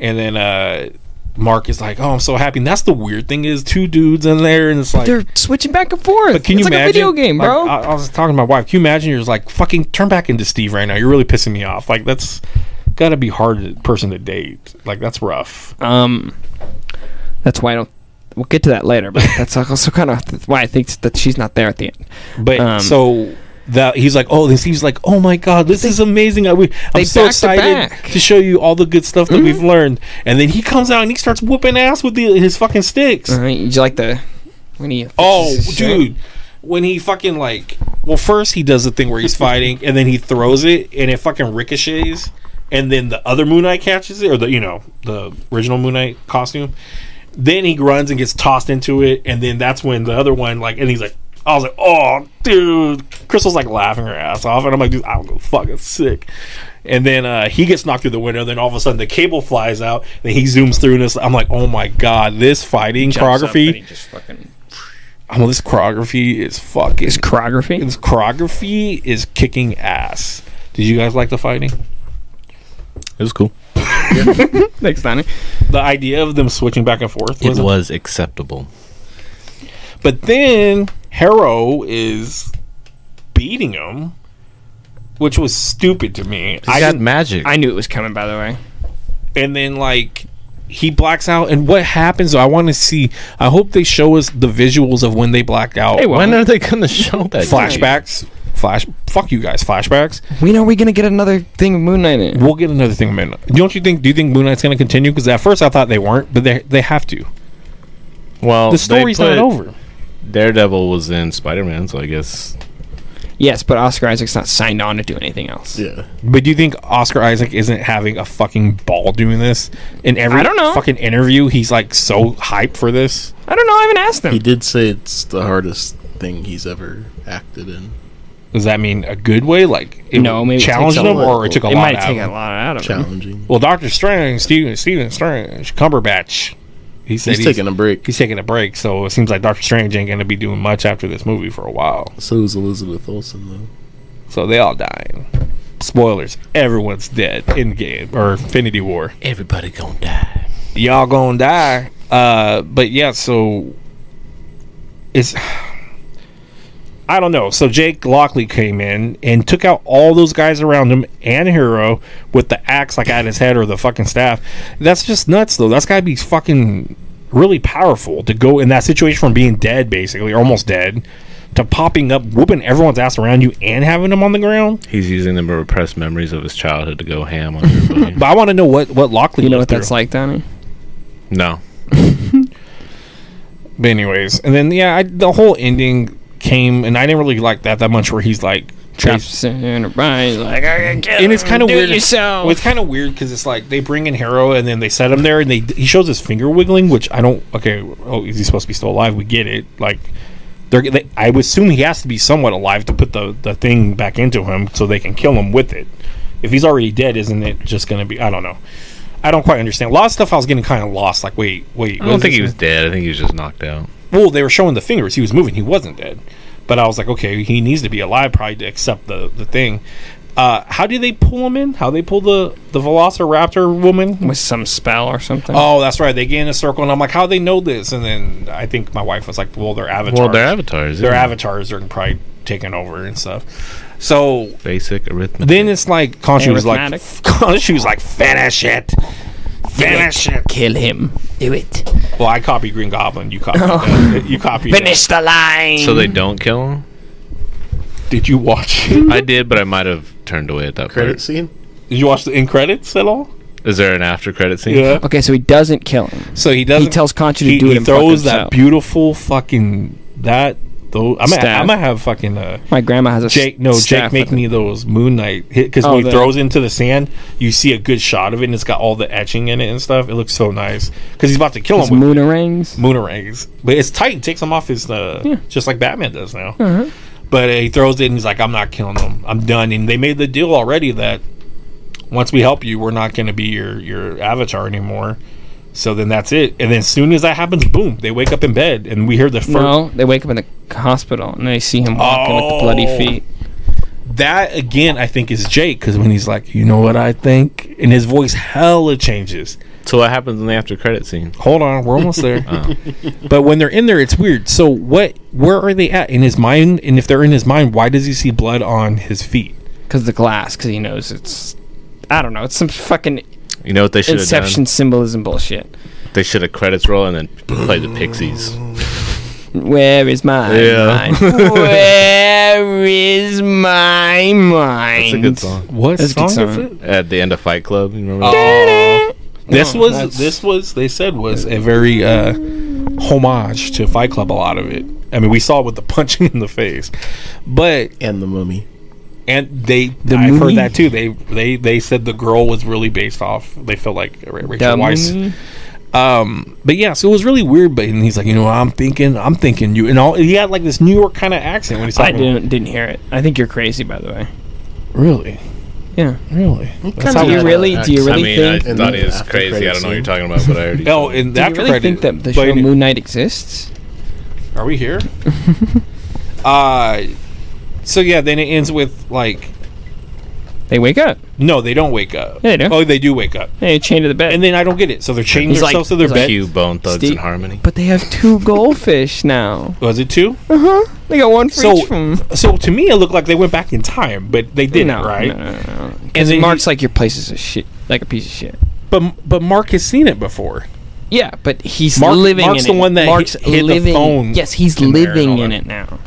A: and then uh, Mark is like, "Oh, I'm so happy." And that's the weird thing is two dudes in there, and it's like.
B: they're switching back and forth
A: but can
B: it's
A: you
B: like
A: imagine?
B: a video game
A: like, uh,
B: bro
A: I, I was talking to my wife. Can you imagine? You're just like fucking turn back into Steve right now. You're really pissing me off. Like that's got to be hard to- person to date. Like that's rough.
B: Um, that's why I don't. We'll get to that later, but that's also kind of th- why I think that she's not there at the end.
A: But
B: Um,
A: so that he's like, oh, this he's like, oh my god, this is amazing. I, we,
B: they
A: I'm so
B: back to
A: excited
B: back. Mm-hmm.
A: to, show you all the good stuff that we've learned. And then he comes out and he starts whooping ass with the, his fucking sticks.
B: All right, you like the when he? fixes
A: Oh,
B: his shirt?
A: dude. When he fucking like, well, first he does the thing where he's fighting, and then he throws it, and it fucking ricochets, and then the other Moon Knight catches it, or the you know the original Moon Knight costume. Then he runs and gets tossed into it, and then that's when the other one like, and he's like, I was like, oh, dude, Crystal's like laughing her ass off, and I'm like, dude, I'm gonna fucking sick. And then uh, he gets knocked through the window. Then all of a sudden, the cable flies out. Then he zooms through, and it's, I'm like, "Oh my god, this fighting
B: Jumps up
A: choreography!"
B: and he just fucking
A: I'm like, this choreography is fucking.
B: his choreography.
A: This choreography is kicking ass. Did you guys like the fighting?
C: It was cool.
B: Thanks, Donnie.
A: The idea of them switching back and forth
C: It
A: was.
C: was acceptable.
A: But then Harrow is beating him, which was stupid to me. I
C: I got
A: didn't-
C: magic.
B: I knew it was coming. By the way,
A: and then like he blacks out, and what happens? I want to see. I hope they show us the visuals of when they blacked out.
B: Hey,
C: when are they gonna show that?
A: flashbacks. Flash. Fuck you guys. Flashbacks.
B: when are we gonna get another thing of Moon Knight in?
A: We'll get another thing, man. Don't you think? Do you think Moon Knight's going to continue? Because at first I thought they weren't, but they they have to.
B: Oh,
C: Well,
A: The story's not over.
C: Daredevil was in Spider Man, so I guess
B: Yes, but Oscar Isaac's not signed on to do anything else.
E: Yeah.
A: But do you think Oscar Isaac isn't having a fucking ball doing this? In every
B: I don't know.
A: fucking interview, he's like so hyped for this.
B: I don't know. I haven't asked
E: He
B: him.
E: did say it's the hardest thing he's ever acted in.
A: Does that mean a good way? Like it
B: No, maybe it
A: challenged
B: takes a
A: him,
E: lot-
A: or it took a
B: It
A: lot
B: might
A: out.
B: take
A: of
B: a
A: him?
B: lot out of him.
E: Challenging.
A: Well, Doctor Strange, Stephen Stephen Strange, Cumberbatch. He said
E: He's, taking a break.
A: he's taking a break, so it seems like Doctor Strange ain't going to be doing much after this movie for a while.
E: So is Elizabeth Olsen though.
A: So they all dying. Spoilers: everyone's dead in game or Infinity War.
C: everybody gonna die.
A: y'all gonna die. Uh, but yeah, so it's I don't know. So Jake Lockley came in and took out all those guys around him and Hero with the axe like at his head or the fucking staff. That's just nuts though. That's gotta be fucking really powerful to go in that situation from being dead basically, or almost dead, to popping up, whooping everyone's ass around you and having them on the ground.
C: He's using the repressed memories of his childhood to go ham on everybody.
A: But I wanna know what, what Lockley
B: You know
A: went
B: what
A: through.
B: that's like, Donnie?
C: no,
A: But anyways, and then yeah, I, the whole ending came, and I didn't really like that that much. Where he's like
B: Traps in her body, like I get
A: and it's kind of
B: do
A: weird.
B: It yourself.
A: Well, it's kind of weird because it's like they bring in Harrow and then they set him there, and they he shows his finger wiggling, which I don't. Okay, oh, is he supposed to be still alive? We get it. Like they're, they, I would assume he has to be somewhat alive to put the the thing back into him so they can kill him with it. If he's already dead, isn't it just gonna be? I don't know. I don't quite understand. A lot of stuff I was getting kind of lost. Like, wait, wait.
C: I don't think he was dead. I think he was just knocked out.
A: well, they were showing the fingers. He was moving. He wasn't dead. But I was like, okay, he needs to be alive probably to accept the, the thing. Uh, how do they pull him in? How they pull the the Velociraptor woman?
B: with some spell or something.
A: Oh, that's right. They get in a circle, and I'm like, how they know this? And then I think my wife was like, well, they're avatars.
C: Well, they're avatars.
A: Their
C: yeah.
A: avatars are probably taking over and stuff. So
C: Basic arithmetic.
A: then it's like Khonshu was like
B: Arithmetic.
A: Khonshu was like finish it, finish it.
B: Kill him. Do it.
A: Well, I copy Green Goblin. You copy. that. you copy. that.
B: Finish the line.
C: so they don't kill him.
A: Did you watch?
C: I did, but I might have turned away at that
E: Credit
C: point.
E: scene.
A: Did you watch the end credits at all?
C: Is there an after credit scene?
B: okay, so he doesn't kill him.
A: So he doesn't.
B: He tells Conchu to
A: he,
B: do it
A: he
B: and fuck
A: throws that
B: himself.
A: beautiful fucking that. Though I'm gonna,
B: Staff.
A: I'm gonna have fucking uh,
B: My grandma has a
A: Jake. No, Jake,
B: staff
A: make
B: with it.
A: me those Moon Knight because
B: Oh,
A: when he
B: the-
A: throws into the sand, you see a good shot of it, and it's got all the etching in it and stuff. It looks so nice because he's about to kill
B: Those
A: him with
B: moon rings.
A: moonarangs. But it's tight. It takes him off his, uh, just like Batman does now. But uh, he throws it and he's like, I'm not killing them. I'm done. And they made the deal already that once we help you, we're not going to be your, your avatar anymore. So then that's it. And then as soon as that happens, boom, they wake up in bed and we hear the first.
B: No, they wake up in the hospital and they see him walking with the bloody
A: Oh.
B: feet.
A: That again, I think is Jake because when he's like, you know what I think, and his voice hella changes.
C: So what happens in the after credit scene?
A: Hold on, we're almost there.
C: Oh.
A: But when they're in there, it's weird. So what? Where are they at in his mind? And if they're in his mind, why does he see blood on his feet?
B: Because the glass, because he knows it's. I don't know. It's some fucking
C: You know what they should have
B: Inception
C: done?
B: symbolism bullshit.
C: They should have credits roll and then play the Pixies.
B: Where is my
C: Yeah.
B: mind? Where is my mind?
C: It's a good song.
A: What
B: That's a
A: song,
B: good
A: is
B: song.
A: it?
C: At the end of Fight Club, you remember?
A: This
B: No,
A: was
B: that's-
A: this was they said was a very uh, homage to Fight Club. A lot of it. I mean, we saw it with the punching in the face, but
E: And the mummy.
A: and they I've
B: movie?
A: heard that too. They they they said the girl was really based off. They felt like Ra- Rachel
B: Dumb.
A: Weisz. Um, but yeah, so it was really weird. But and he's like, you know, I'm thinking, I'm thinking you, and all. He had like this New York kind of accent when he's
B: I
A: talking.
B: didn't didn't hear it. I think you're crazy, by the way.
A: Really,
B: Yeah.
A: really.
E: That's
B: Do you really? Do you
C: I
B: really
C: mean,
B: think?
C: I
E: And
C: thought
E: then
C: it was
E: after
C: crazy. I don't know what you're
E: credit
C: talking about, but I already.
A: Oh, and
B: do
A: that
B: you really think that the show Moon Knight exists?
A: Are we here? uh so yeah, then it ends with like
B: They wake up.
A: no, they don't wake up.
B: Yeah, they do.
A: Oh, they do wake up,
B: They chained to the bed.
A: and then I don't get it. So they're chaining
B: He's like-
A: themselves to their
B: he's like-
A: bed.
C: Cue Bone Thugs
B: Steve-
C: and Harmony.
B: but they have two goldfish now.
A: Was it two?
B: They got one for
A: So-
B: each from.
A: So to me, it looked like they went back in time, but they didn't,
B: no,
A: right?
B: No, no, no.
A: And then
B: Mark's
A: Mark's,
B: like your place is a shit, like a piece of shit.
A: but but Mark has seen it before.
B: Yeah, but he's
A: Mark-
B: living.
A: Mark's
B: in
A: the
B: it.
A: one that
B: Mark's
A: hit- hit the
B: living,
A: phone
B: Yes, he's
A: in there and
B: living
A: all
B: in
A: that.
B: it now.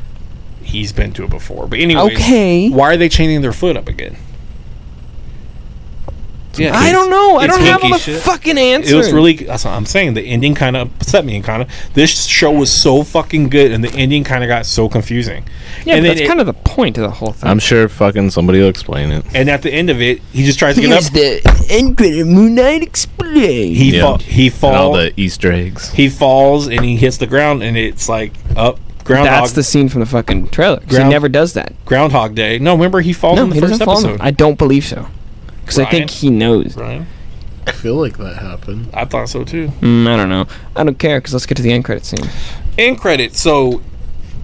A: He's been to it before, but anyway,
B: Okay.
A: Why are they chaining their foot up again? Yeah,
B: I don't know. I
A: it's
B: don't have all
A: kinky
B: the
A: shit.
B: fucking answers.
A: It was really. That's what I'm saying. The ending kind of upset me, and kind of this show was so fucking good, and the ending kind of got so confusing.
B: Yeah,
A: and
B: but
A: then
B: that's
A: it-
B: kind of the point of the whole thing.
C: I'm sure fucking somebody will explain it.
A: And at the end of it, he just tries to get up.
B: the end credit Moon Knight explains.
A: He
C: Yeah.
A: fall, he
C: And all
A: falls.
C: the Easter eggs.
A: He falls and he hits the ground, and it's like up groundhog
B: That's the scene from the fucking trailer. 'cause
A: Ground-
B: he never does that.
A: groundhog day. No, remember he falls
B: No,
A: in the
B: he doesn't
A: first
B: fall. in the-
A: episode.
B: I don't believe so. Because I
A: Ryan?
B: think he knows.
A: Ryan,
E: I feel like that happened.
A: I thought so too.
B: Mm, I don't know. I don't care. Because let's get to the end credit scene.
A: End credit. So.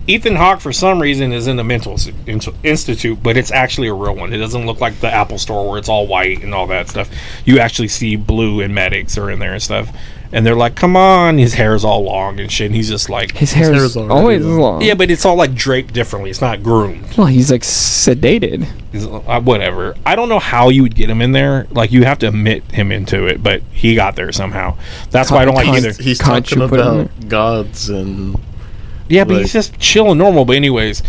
A: Ethan Hawke, for some reason, is in the mental s- in- institute, but it's actually a real one. It doesn't look like the Apple Store where it's all white and all that stuff. You actually see blue and medics are in there and stuff, and they're like, "Come on!" His hair is all long and shit. And he's just like,
B: His hair
E: hair
B: is
E: is already
B: always
E: long.
B: long.
A: Yeah, but it's all like draped differently. It's not groomed.
B: Well, he's like sedated.
A: It's, uh, whatever. I don't know how you would get him in there. Like you have to admit him into it, but he got there somehow. That's why I don't like
B: Con-
A: either.
E: He's, he's
B: Can't
E: talking
B: you put it in
E: about gods and
A: Yeah, but
E: like-
A: he's just chill and normal. But anyways,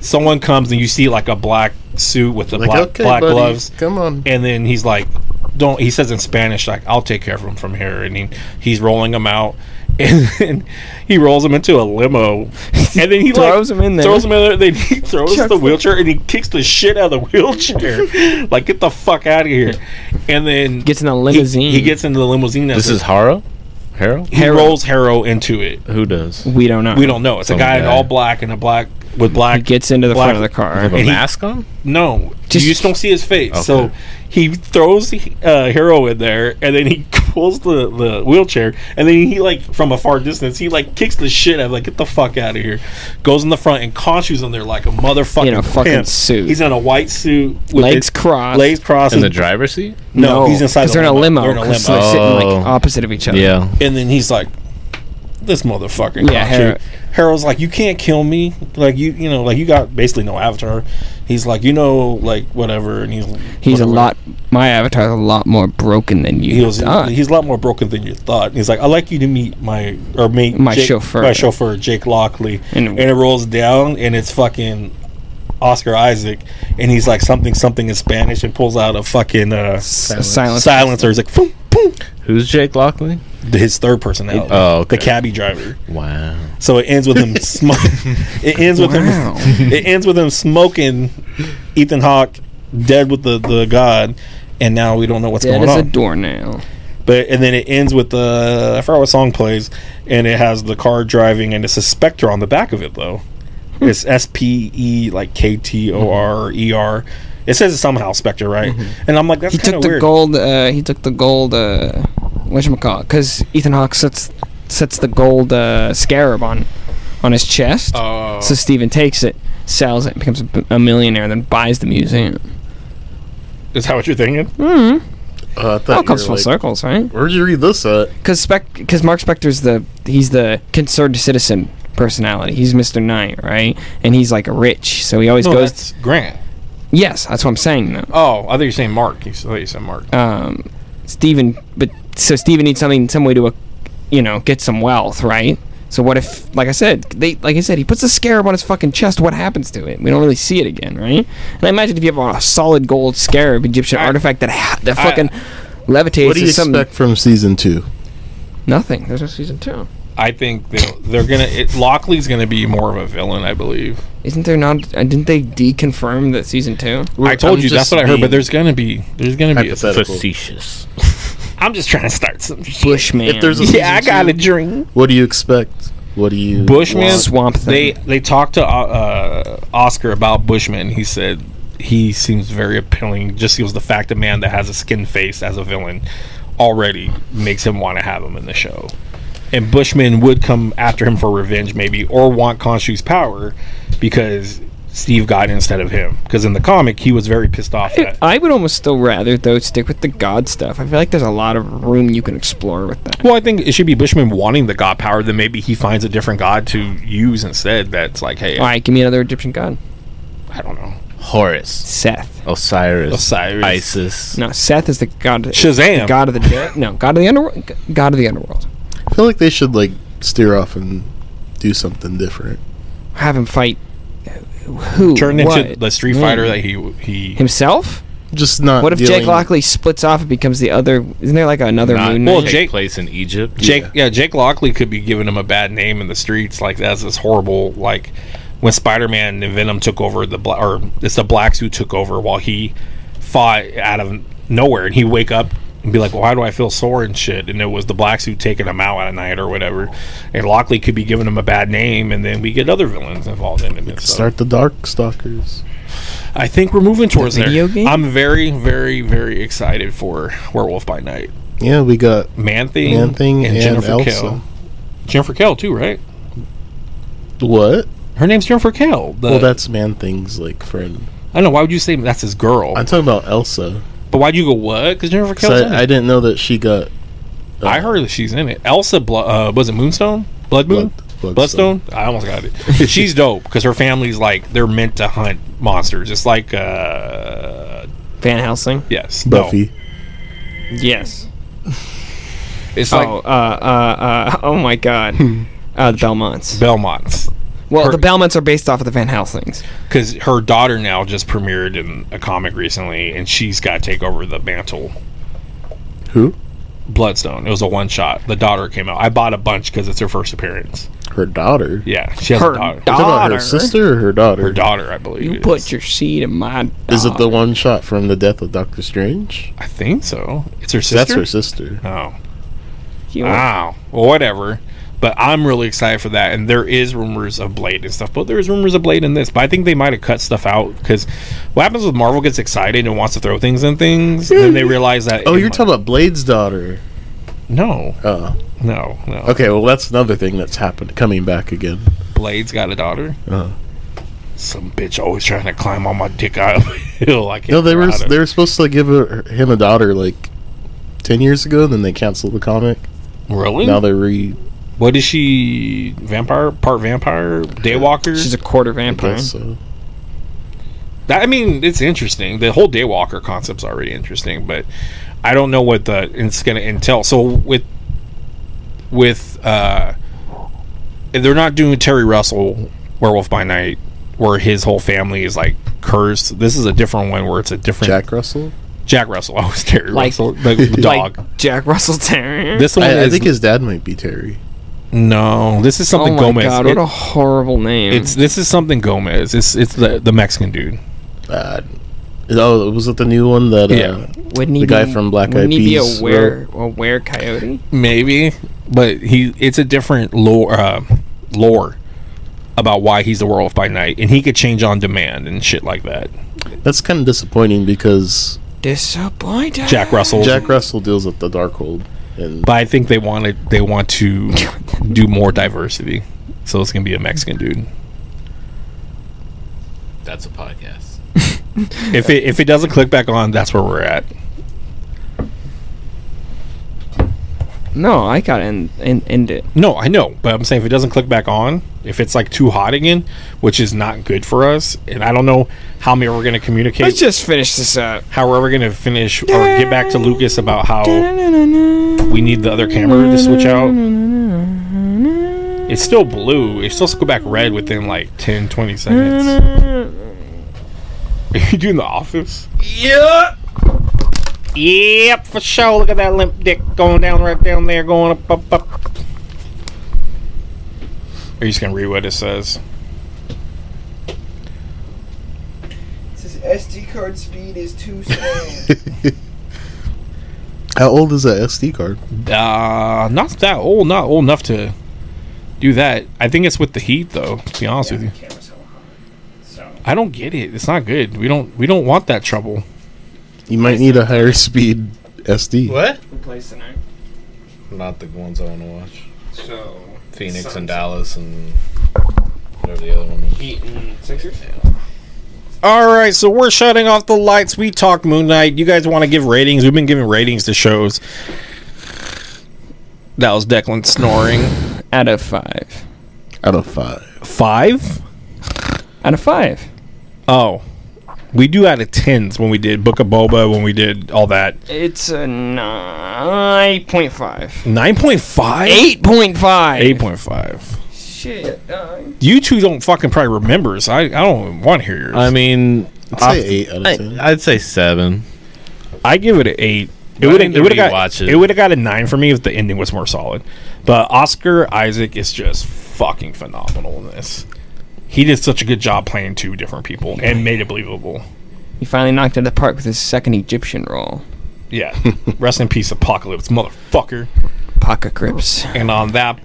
A: someone comes and you see like a black suit with the
E: like
A: black
E: okay,
A: black
E: buddy,
A: gloves,
E: Come on.
A: and then he's like, "Don't." He says in Spanish, "Like I'll take care of him from here," and he, he's rolling him out. And then he rolls him into a limo, and then he
B: Throws
A: like,
B: him in there.
A: Throws him in there. Then he throws
B: Chucks
A: the
B: the-
A: wheelchair, and he kicks the shit out of the wheelchair. like, get the fuck out of here! And then
B: Gets in a
A: he-
B: limousine.
A: He, gets into the limousine.
C: This is Haro? Haro?
A: he rolls Harrow into it.
C: Who does?
B: We don't know.
A: We don't know. It's
C: Some
A: a guy in
C: guy.
A: all black and a black with black.
B: He gets into the
A: black-
B: front of the car.
C: Have a
A: And he-
C: mask on?
A: No,
B: Just-
A: you just don't see his face. So
C: Okay.
A: he throws the uh, hero in there, and then he pulls the, the wheelchair, and then he like from a far distance, he like kicks the shit out of like get the fuck out of here. Goes in the front and Khonshu's in there like a motherfucking
B: In a fucking
A: pimp.
B: suit.
A: He's in a white suit, with his-
B: Legs crossed.
A: legs crossed,
C: In the
A: and-
C: driver's seat?
A: no, he's inside.
B: 'cause
A: the
B: They're in a limo.
A: They're in a
B: 'cause
A: limo.
B: They're sitting
C: Oh.
B: like opposite of each other.
C: Yeah.
A: and then he's like, "This motherfucker."
B: Yeah,
A: Yeah,
B: Hera-
A: Harold's like, "You can't kill me. Like you, you know, like you got basically no avatar." He's like, "You know, like whatever." And he's
B: He's
A: whatever.
B: a lot. My avatar's a lot more broken than you.
A: He was
B: thought.
A: he's a lot more broken than you thought. And he's like, "I'd like you to meet my or meet
B: My
A: Jake-
B: chauffeur."
A: my chauffeur Jake Lockley."
B: And-
A: And, it rolls down, and it's fucking. Oscar Isaac, and he's like something something in Spanish, and pulls out a fucking uh,
B: a silence.
A: silencer. He's like, boom, boom.
C: Who's Jake Lockley?
A: his third personality,
C: Oh, okay.
A: the cabbie driver.
C: Wow.
A: So it ends with him. Sm- it ends with
B: Wow.
A: him. It ends with him smoking Ethan Hawke dead with the the god, and now we don't know what's
B: Dead
A: going
B: as a
A: on.
B: doornail.
A: but and then it ends with the I forgot what song plays, and it has the car driving, and it's a Spectre on the back of it though.
B: Hmm.
A: It's S P E like K T O R E R. It says it's somehow Spectre, right? And I'm like, that's
B: Mm-hmm.
A: kind
B: He took
A: of
B: the
A: weird.
B: gold. Uh, he took the gold. Uh, what Because Ethan Hawke sets sets the gold uh, scarab on on his chest.
A: Oh.
B: So Steven takes it, sells it, becomes a, b- a millionaire, then buys the museum.
A: Is that what you're thinking?
E: Uh, I
A: Oh,
E: thought
B: All
E: you
B: comes
E: were
B: full
E: like,
B: circles, right?
E: Where'd you read this at?
B: Because Spec, because Mark Spector's the he's the concerned citizen personality. He's Mister Knight, right? And he's like rich, so he always
A: No,
B: goes.
A: that's Grant.
B: yes, that's what I'm saying though.
A: Oh, I thought you were saying Mark. You thought you said Mark.
B: um, Steven, but so Steven needs something, some way to, uh, you know, get some wealth, right? So what if, like I said, they, like I said, he puts the scarab on his fucking chest. What happens to it? We don't really see it again, right? And I imagine if you have a solid gold scarab, Egyptian artifact that ha- that
A: I-
B: fucking levitates,
E: What do you
B: or something-
E: expect from season two?
B: Nothing. There's no season two.
A: I think they'll- they're gonna. It, Lockley's gonna be more of a villain, I believe.
B: Isn't there not? Uh, didn't they deconfirm that season two?
A: I told
E: I'm
A: you that's
E: just
A: what I heard.
E: being
A: But there's gonna be. There's gonna be. i
E: hypothetical.
C: Facetious.
A: I'm just trying to start some. Shit.
B: Bushman.
E: If there's a season
A: Yeah, I got
E: two,
A: a dream.
E: What do you expect? What do you?
A: Bushman
B: Swamp
A: They
B: Thing.
A: they talked to uh, uh, Oscar about Bushman. He said he seems very appealing. Just because the fact a man that has a skin face as a villain already makes him want to have him in the show. And Bushman would come after him for revenge, maybe, or want Khonshu's power because Steve got it instead of him. Because in the comic, he was very pissed off.
B: I-
A: That
B: I would almost still rather though stick with the god stuff. I feel like there's a lot of room you can explore with that.
A: Well, I think it should be Bushman wanting the god power. Then maybe he finds a different god to use instead. That's like, hey,
B: All right, give me another Egyptian god.
A: I don't know,
C: Horus.
B: Seth.
C: Osiris.
A: Osiris.
C: Isis.
B: No, Seth is the god. Of,
A: Shazam.
B: God of the dead. No, god of the underworld. God of the underworld.
E: I feel like they should like steer off and do something different.
B: Have him fight. Who?
A: Turned into
B: what,
A: the Street
B: when?
A: Fighter that he Uh, he.
B: himself.
E: Just not.
B: What if Jake
E: dealing-
B: Lockley splits off and becomes the other? Isn't there like another
C: Not
B: moon?
A: well,
B: Knight?
C: take
A: Jake-
C: place in Egypt.
A: Jake, yeah. Jake Lockley could be giving him a bad name in the streets. Like that's this horrible. Like when Spider-Man and Venom took over the bla- or it's the blacks who took over while he fought out of nowhere, and he would wake up and be like, "Why do I feel sore and shit?" And it was the blacks who taking him out at night or whatever. And Lockley could be giving him a bad name, and then we get other villains involved in it. So
E: Start the Dark Stalkers.
A: I think we're moving towards
B: video
A: there.
B: game?
A: I'm very, very, very excited for Werewolf by Night.
E: Yeah, we got
A: Man Thing,
E: Man Thing
A: and,
E: and,
A: Jennifer
E: Elsa.
A: Kell. Jennifer Kell too, right?
E: What?
A: Her name's Jennifer Kell. The,
E: well, that's Man Thing's like friend.
A: I don't know. Why would you say that's his girl?
E: I'm talking about Elsa.
A: but why'd you go what? Because Jennifer
E: 'Cause
A: Kell's in
E: I, I
A: it.
E: didn't know that she got. uh,
A: I heard that she's in it. Elsa, Blo- uh, was it Moonstone? Blood Moon?
E: Blood- Bloodstone.
A: Bloodstone? I almost got it. she's dope because her family's like they're meant to hunt monsters. It's like uh
B: Van Helsing.
A: yes, no.
E: Buffy.
B: Yes.
A: It's like Hmm.
B: Oh, uh, uh, uh, oh my God. Uh, the Belmonts.
A: Belmonts.
B: Well,
A: Her-
B: the Belmonts are based off of the Van Helsings.
A: because her daughter now just premiered in a comic recently, and she's got to take over the mantle.
E: Who?
A: Bloodstone. It was a one shot. The daughter came out. I bought a bunch because it's her first appearance.
E: Her daughter.
A: Yeah, she has a
B: Her
A: daughter.
E: Is it about
B: daughter.
E: her sister or her daughter?
A: Her daughter, I believe.
B: You
A: it
B: put
A: is.
B: your seed in my.
E: Is it the
B: dog.
E: one shot from the death of Doctor Strange?
A: I think so. It's her sister.
E: That's her sister.
A: Oh,
B: You-
A: wow. Well, whatever. But I'm really excited for that. And there is rumors of Blade and stuff, but there is rumors of Blade in this. But I think they might have cut stuff out because what happens with Marvel gets excited and wants to throw things in things, and then they realize that.
E: Oh,
A: it
E: you're
A: might-
E: talking about Blade's daughter.
A: No,
E: Oh,
A: no, no.
E: okay. Well, that's another thing that's happened, coming back again.
A: Blade's got a daughter.
E: Uh-huh.
A: Some bitch always trying to climb on my dick out of a hill. I can't
E: No, they were
A: get out of-
E: they were supposed to give her, him a daughter like ten years ago, and then they canceled the comic.
A: really.
E: Now they're re.
A: What is she? Vampire? Part vampire? Daywalker?
B: She's a quarter vampire.
E: Guess, so.
A: That- I mean, it's interesting. The whole daywalker concept's already interesting, but I don't know what the it's going to entail. So with with uh they're not doing Terry Russell Werewolf by Night where his whole family is like cursed. This is a different one where it's a different
E: Jack Russell.
A: Jack Russell. Oh, it's Terry
B: Like-
A: Russell, the dog.
B: Like Jack Russell Terrier.
A: this one
E: I, I
A: is
E: think his dad might be Terry.
A: no. This is
B: oh
A: something
B: my
A: Gomez.
B: god,
A: It-
B: what a horrible name.
A: it's this is something Gomez. It's it's the the Mexican dude.
E: Uh, oh, was it the new one that? Uh,
A: Yeah.
B: wouldn't he
E: the guy
B: be,
E: from Black
B: wouldn't
E: Eyed
B: he be
E: Peas
B: a were a were coyote?
A: maybe but he it's a different lore uh, lore about why he's the werewolf by night and he could change on demand and shit like that
E: That's kind of disappointing because
B: Disappointed.
A: jack russell
E: Jack Russell deals with the Darkhold, and
A: but i think they wanted they want to do more diversity so it's gonna be a mexican dude
C: That's a podcast.
A: if it if it doesn't click back on that's where we're at
B: No, I gotta end, end, end it.
A: no i know but i'm saying if it doesn't click back on if it's like too hot again which is not good for us and i don't know how many we're gonna communicate
B: Let's just finish this up.
A: how we're gonna finish or get back to lucas about how we need the other camera to switch out. It's still blue. It's supposed to go back red within like 10, 20 seconds. Are you doing the office?
B: Yeah.
A: Yep, for sure. Look at that limp dick going down right down there, going up, up, up. Are you just going to read what it says?
G: says SD card speed is too slow.
E: how old is that SD card?
A: Uh, not that old, not old enough to do that. I think it's with the heat, though, to be honest with you.
G: Camera's hella hot. So
A: I don't get it. It's not good. We don't we don't want that trouble.
E: You might need a higher speed SD.
C: What?
B: Who plays tonight?
C: Not the ones I want to watch.
B: So
C: Phoenix
B: Suns.
C: and Dallas and whatever the other one. Was.
B: Eaton Sixers.
A: All right, so we're shutting off the lights. We talked Moon Knight. You guys want to give ratings? We've been giving ratings to shows. That was Declan snoring.
B: Out of five.
E: Out of five.
A: Five?
B: Out of five.
A: Oh, we do out of tens when we did Book of Boba, when we did all that.
B: It's a nine point five.
A: 9.5?
B: Eight point five.
A: 8.5.
B: Shit. nine.
A: You two don't fucking probably remember, so I, I don't want to hear yours.
C: I mean,
E: I'd
C: off-
E: say eight out of ten.
C: I'd say seven.
A: I give it an eight. It
C: I
A: would
C: need
A: have
C: to
A: it would have got
C: rewatch it.
A: it would have got a nine for me if the ending was more solid. But Oscar Isaac is just fucking phenomenal in this. He did such a good job playing two different people and made it believable.
B: He finally knocked it out of the park with his second Egyptian roll.
A: Yeah. Rest in peace, Apocalypse, motherfucker.
B: Pocket grips.
A: And on that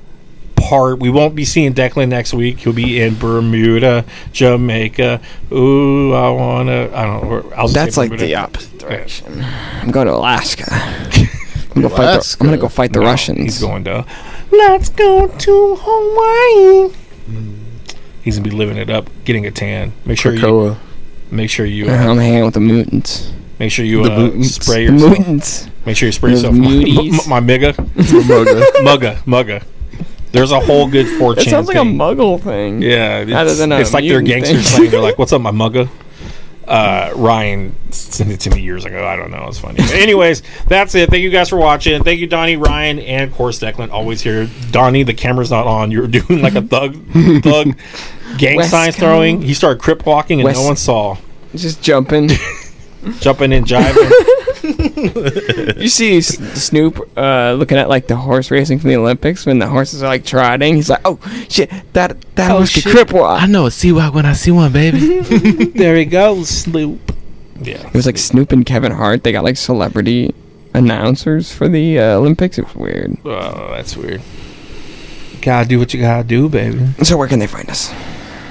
A: part, we won't be seeing Declan next week. He'll be in Bermuda, Jamaica. Ooh, I wanna. I don't. know. I was gonna
B: That's
A: say
B: like
A: Bermuda.
B: the opposite direction. I'm going to Alaska. I'm gonna, fight the,
E: Alaska.
B: I'm gonna go fight the Russians.
A: Oh, He's going to. Let's go to Hawaii. He's gonna be living it up, getting a tan. Make sure you
E: Krakoa.
A: make sure you uh,
B: I'm hanging with the mutants.
A: make sure you
E: The
A: uh,
E: mutants.
A: spray
B: Uh-huh. The
A: yourself.
B: mutants.
A: Make sure you spray
B: The
A: yourself. My,
B: muties.
A: my mugga,
E: Ramoga.
A: mugga, mugga. There's a whole good four
B: That
A: chan.
B: sounds like a
A: thing.
B: muggle thing.
A: Yeah, it's,
B: than a
A: it's like they're
B: mutant
A: gangster
B: thing.
A: slang. They're like, "What's up, my mugga?" Uh, Ryan sent it to me years ago. I don't know. It's funny. But anyways, that's it. Thank you guys for watching. Thank you, Donnie, Ryan, and of course Declan. Always here. Donnie, the camera's not on. You're doing like a thug, thug, gang
B: West
A: signs
B: Coast.
A: throwing. He started crip walking, and
B: West-
A: no one saw.
B: Just jumping.
A: Jumping and jiving.
B: you see S- Snoop uh, looking at like the horse racing from the Olympics when the horses are like trotting. He's like, oh shit, that that horse could crip walk.
C: know a Seawalk when I see one, baby.
A: there he goes, Sloop. Yeah,
B: It was like Snoop and Kevin Hart. They got like celebrity announcers for the uh, Olympics. It was weird.
A: oh, that's weird. Gotta do what you gotta do, baby.
B: So where can they find us?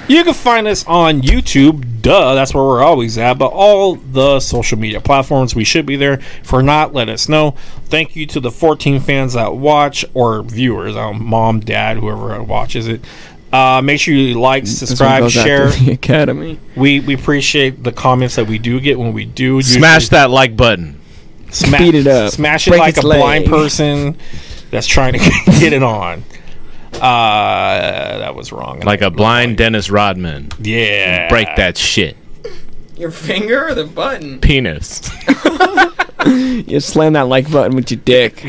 A: You can find us on YouTube, duh, that's where we're always at, but all the social media platforms, we should be there. If we're not, let us know. Thank you to the 14 fans that watch or viewers, um, mom, dad, whoever watches it. Uh, make sure you like,
B: This one
A: subscribe,
B: goes out to
A: share.
B: the academy.
A: We we appreciate the comments that we do get when we do.
C: Smash that like button.
A: smash
B: Beat it up.
A: Smash it
B: Break
A: like
B: its
A: a blind
B: leg.
A: person that's trying to get it on. Uh, that was wrong.
C: Like a blind Dennis Rodman.
A: yeah.
C: Break that shit.
B: Your finger or the button?
C: Penis.
B: You slam that like button with your dick.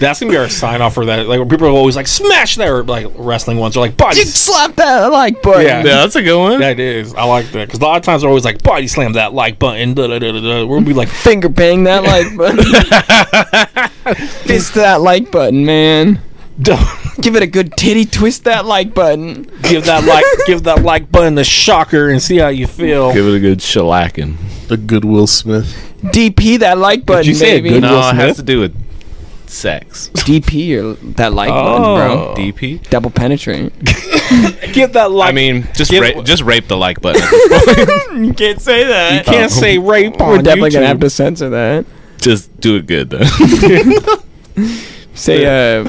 A: That's gonna be our sign off for that. Like when people are always like, "Smash that!" Or like wrestling ones are like body.
B: slap that like button.
A: Yeah.
C: Yeah, that's a good one.
A: That is, I like that because a lot of times we're always like body slam that like button. Da, da, da, da, da. We'll be like,
B: Finger bang that like button. Fist that like button, man.
A: "Don't
B: Give it a good titty twist that like button.
A: give that like, give that like button a shocker and see how you feel.
C: Give it a good shellacking.
E: The good Will Smith.
B: DP that like button,
A: you say a
B: baby.
A: good
C: No,
A: Will
C: it
A: Smith?
C: has to do with sex.
B: DP or that like button, bro.
A: Oh.
C: DP.
B: Double penetrate.
A: Give that like."
C: I mean, just
A: Give-
C: ra- just rape the like button.
B: You can't say that.
A: you can't say rape on
B: Oh, uh, We're definitely
A: YouTube.
B: gonna have to censor that.
C: just do it good though.
B: Say uh,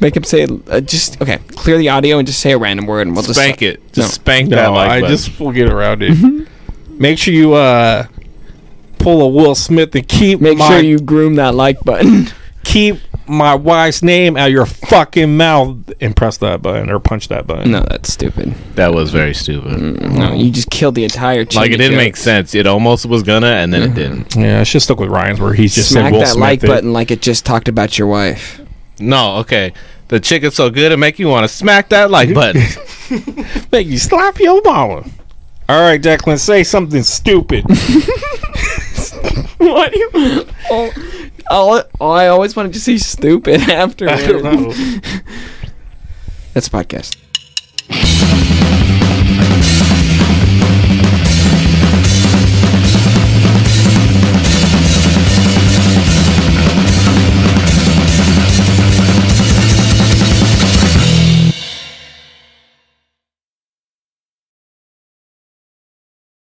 B: make him say uh, just okay. Clear the audio and just say a random word, and we'll just
C: spank it. Just
B: No.
C: spank that
A: No,
C: like
A: I
C: button.
A: just will get around it.
B: Mm-hmm.
A: Make sure you uh pull a Will Smith and keep
B: Make
A: my
B: sure you groom that like button.
A: keep my wife's name out your fucking mouth and press that button or punch that button.
B: No, that's stupid.
C: that was very stupid.
B: No, you just killed the entire.
C: Like
B: Cheney
C: it didn't
B: joke.
C: make sense. It almost was gonna, and then it didn't.
A: Yeah, I should stuck with Ryan's where he's just
B: Smack
A: said Will
B: that
A: Smith.
B: like
A: it.
B: button like it just talked about your wife.
C: No, okay. The chick is so good it make you want to smack that like button.
A: Make you slap your mama. All right, Declan, say something stupid.
B: what? do you- Oh, all, all I always wanted to see stupid after.
A: I don't know.
B: That's a podcast.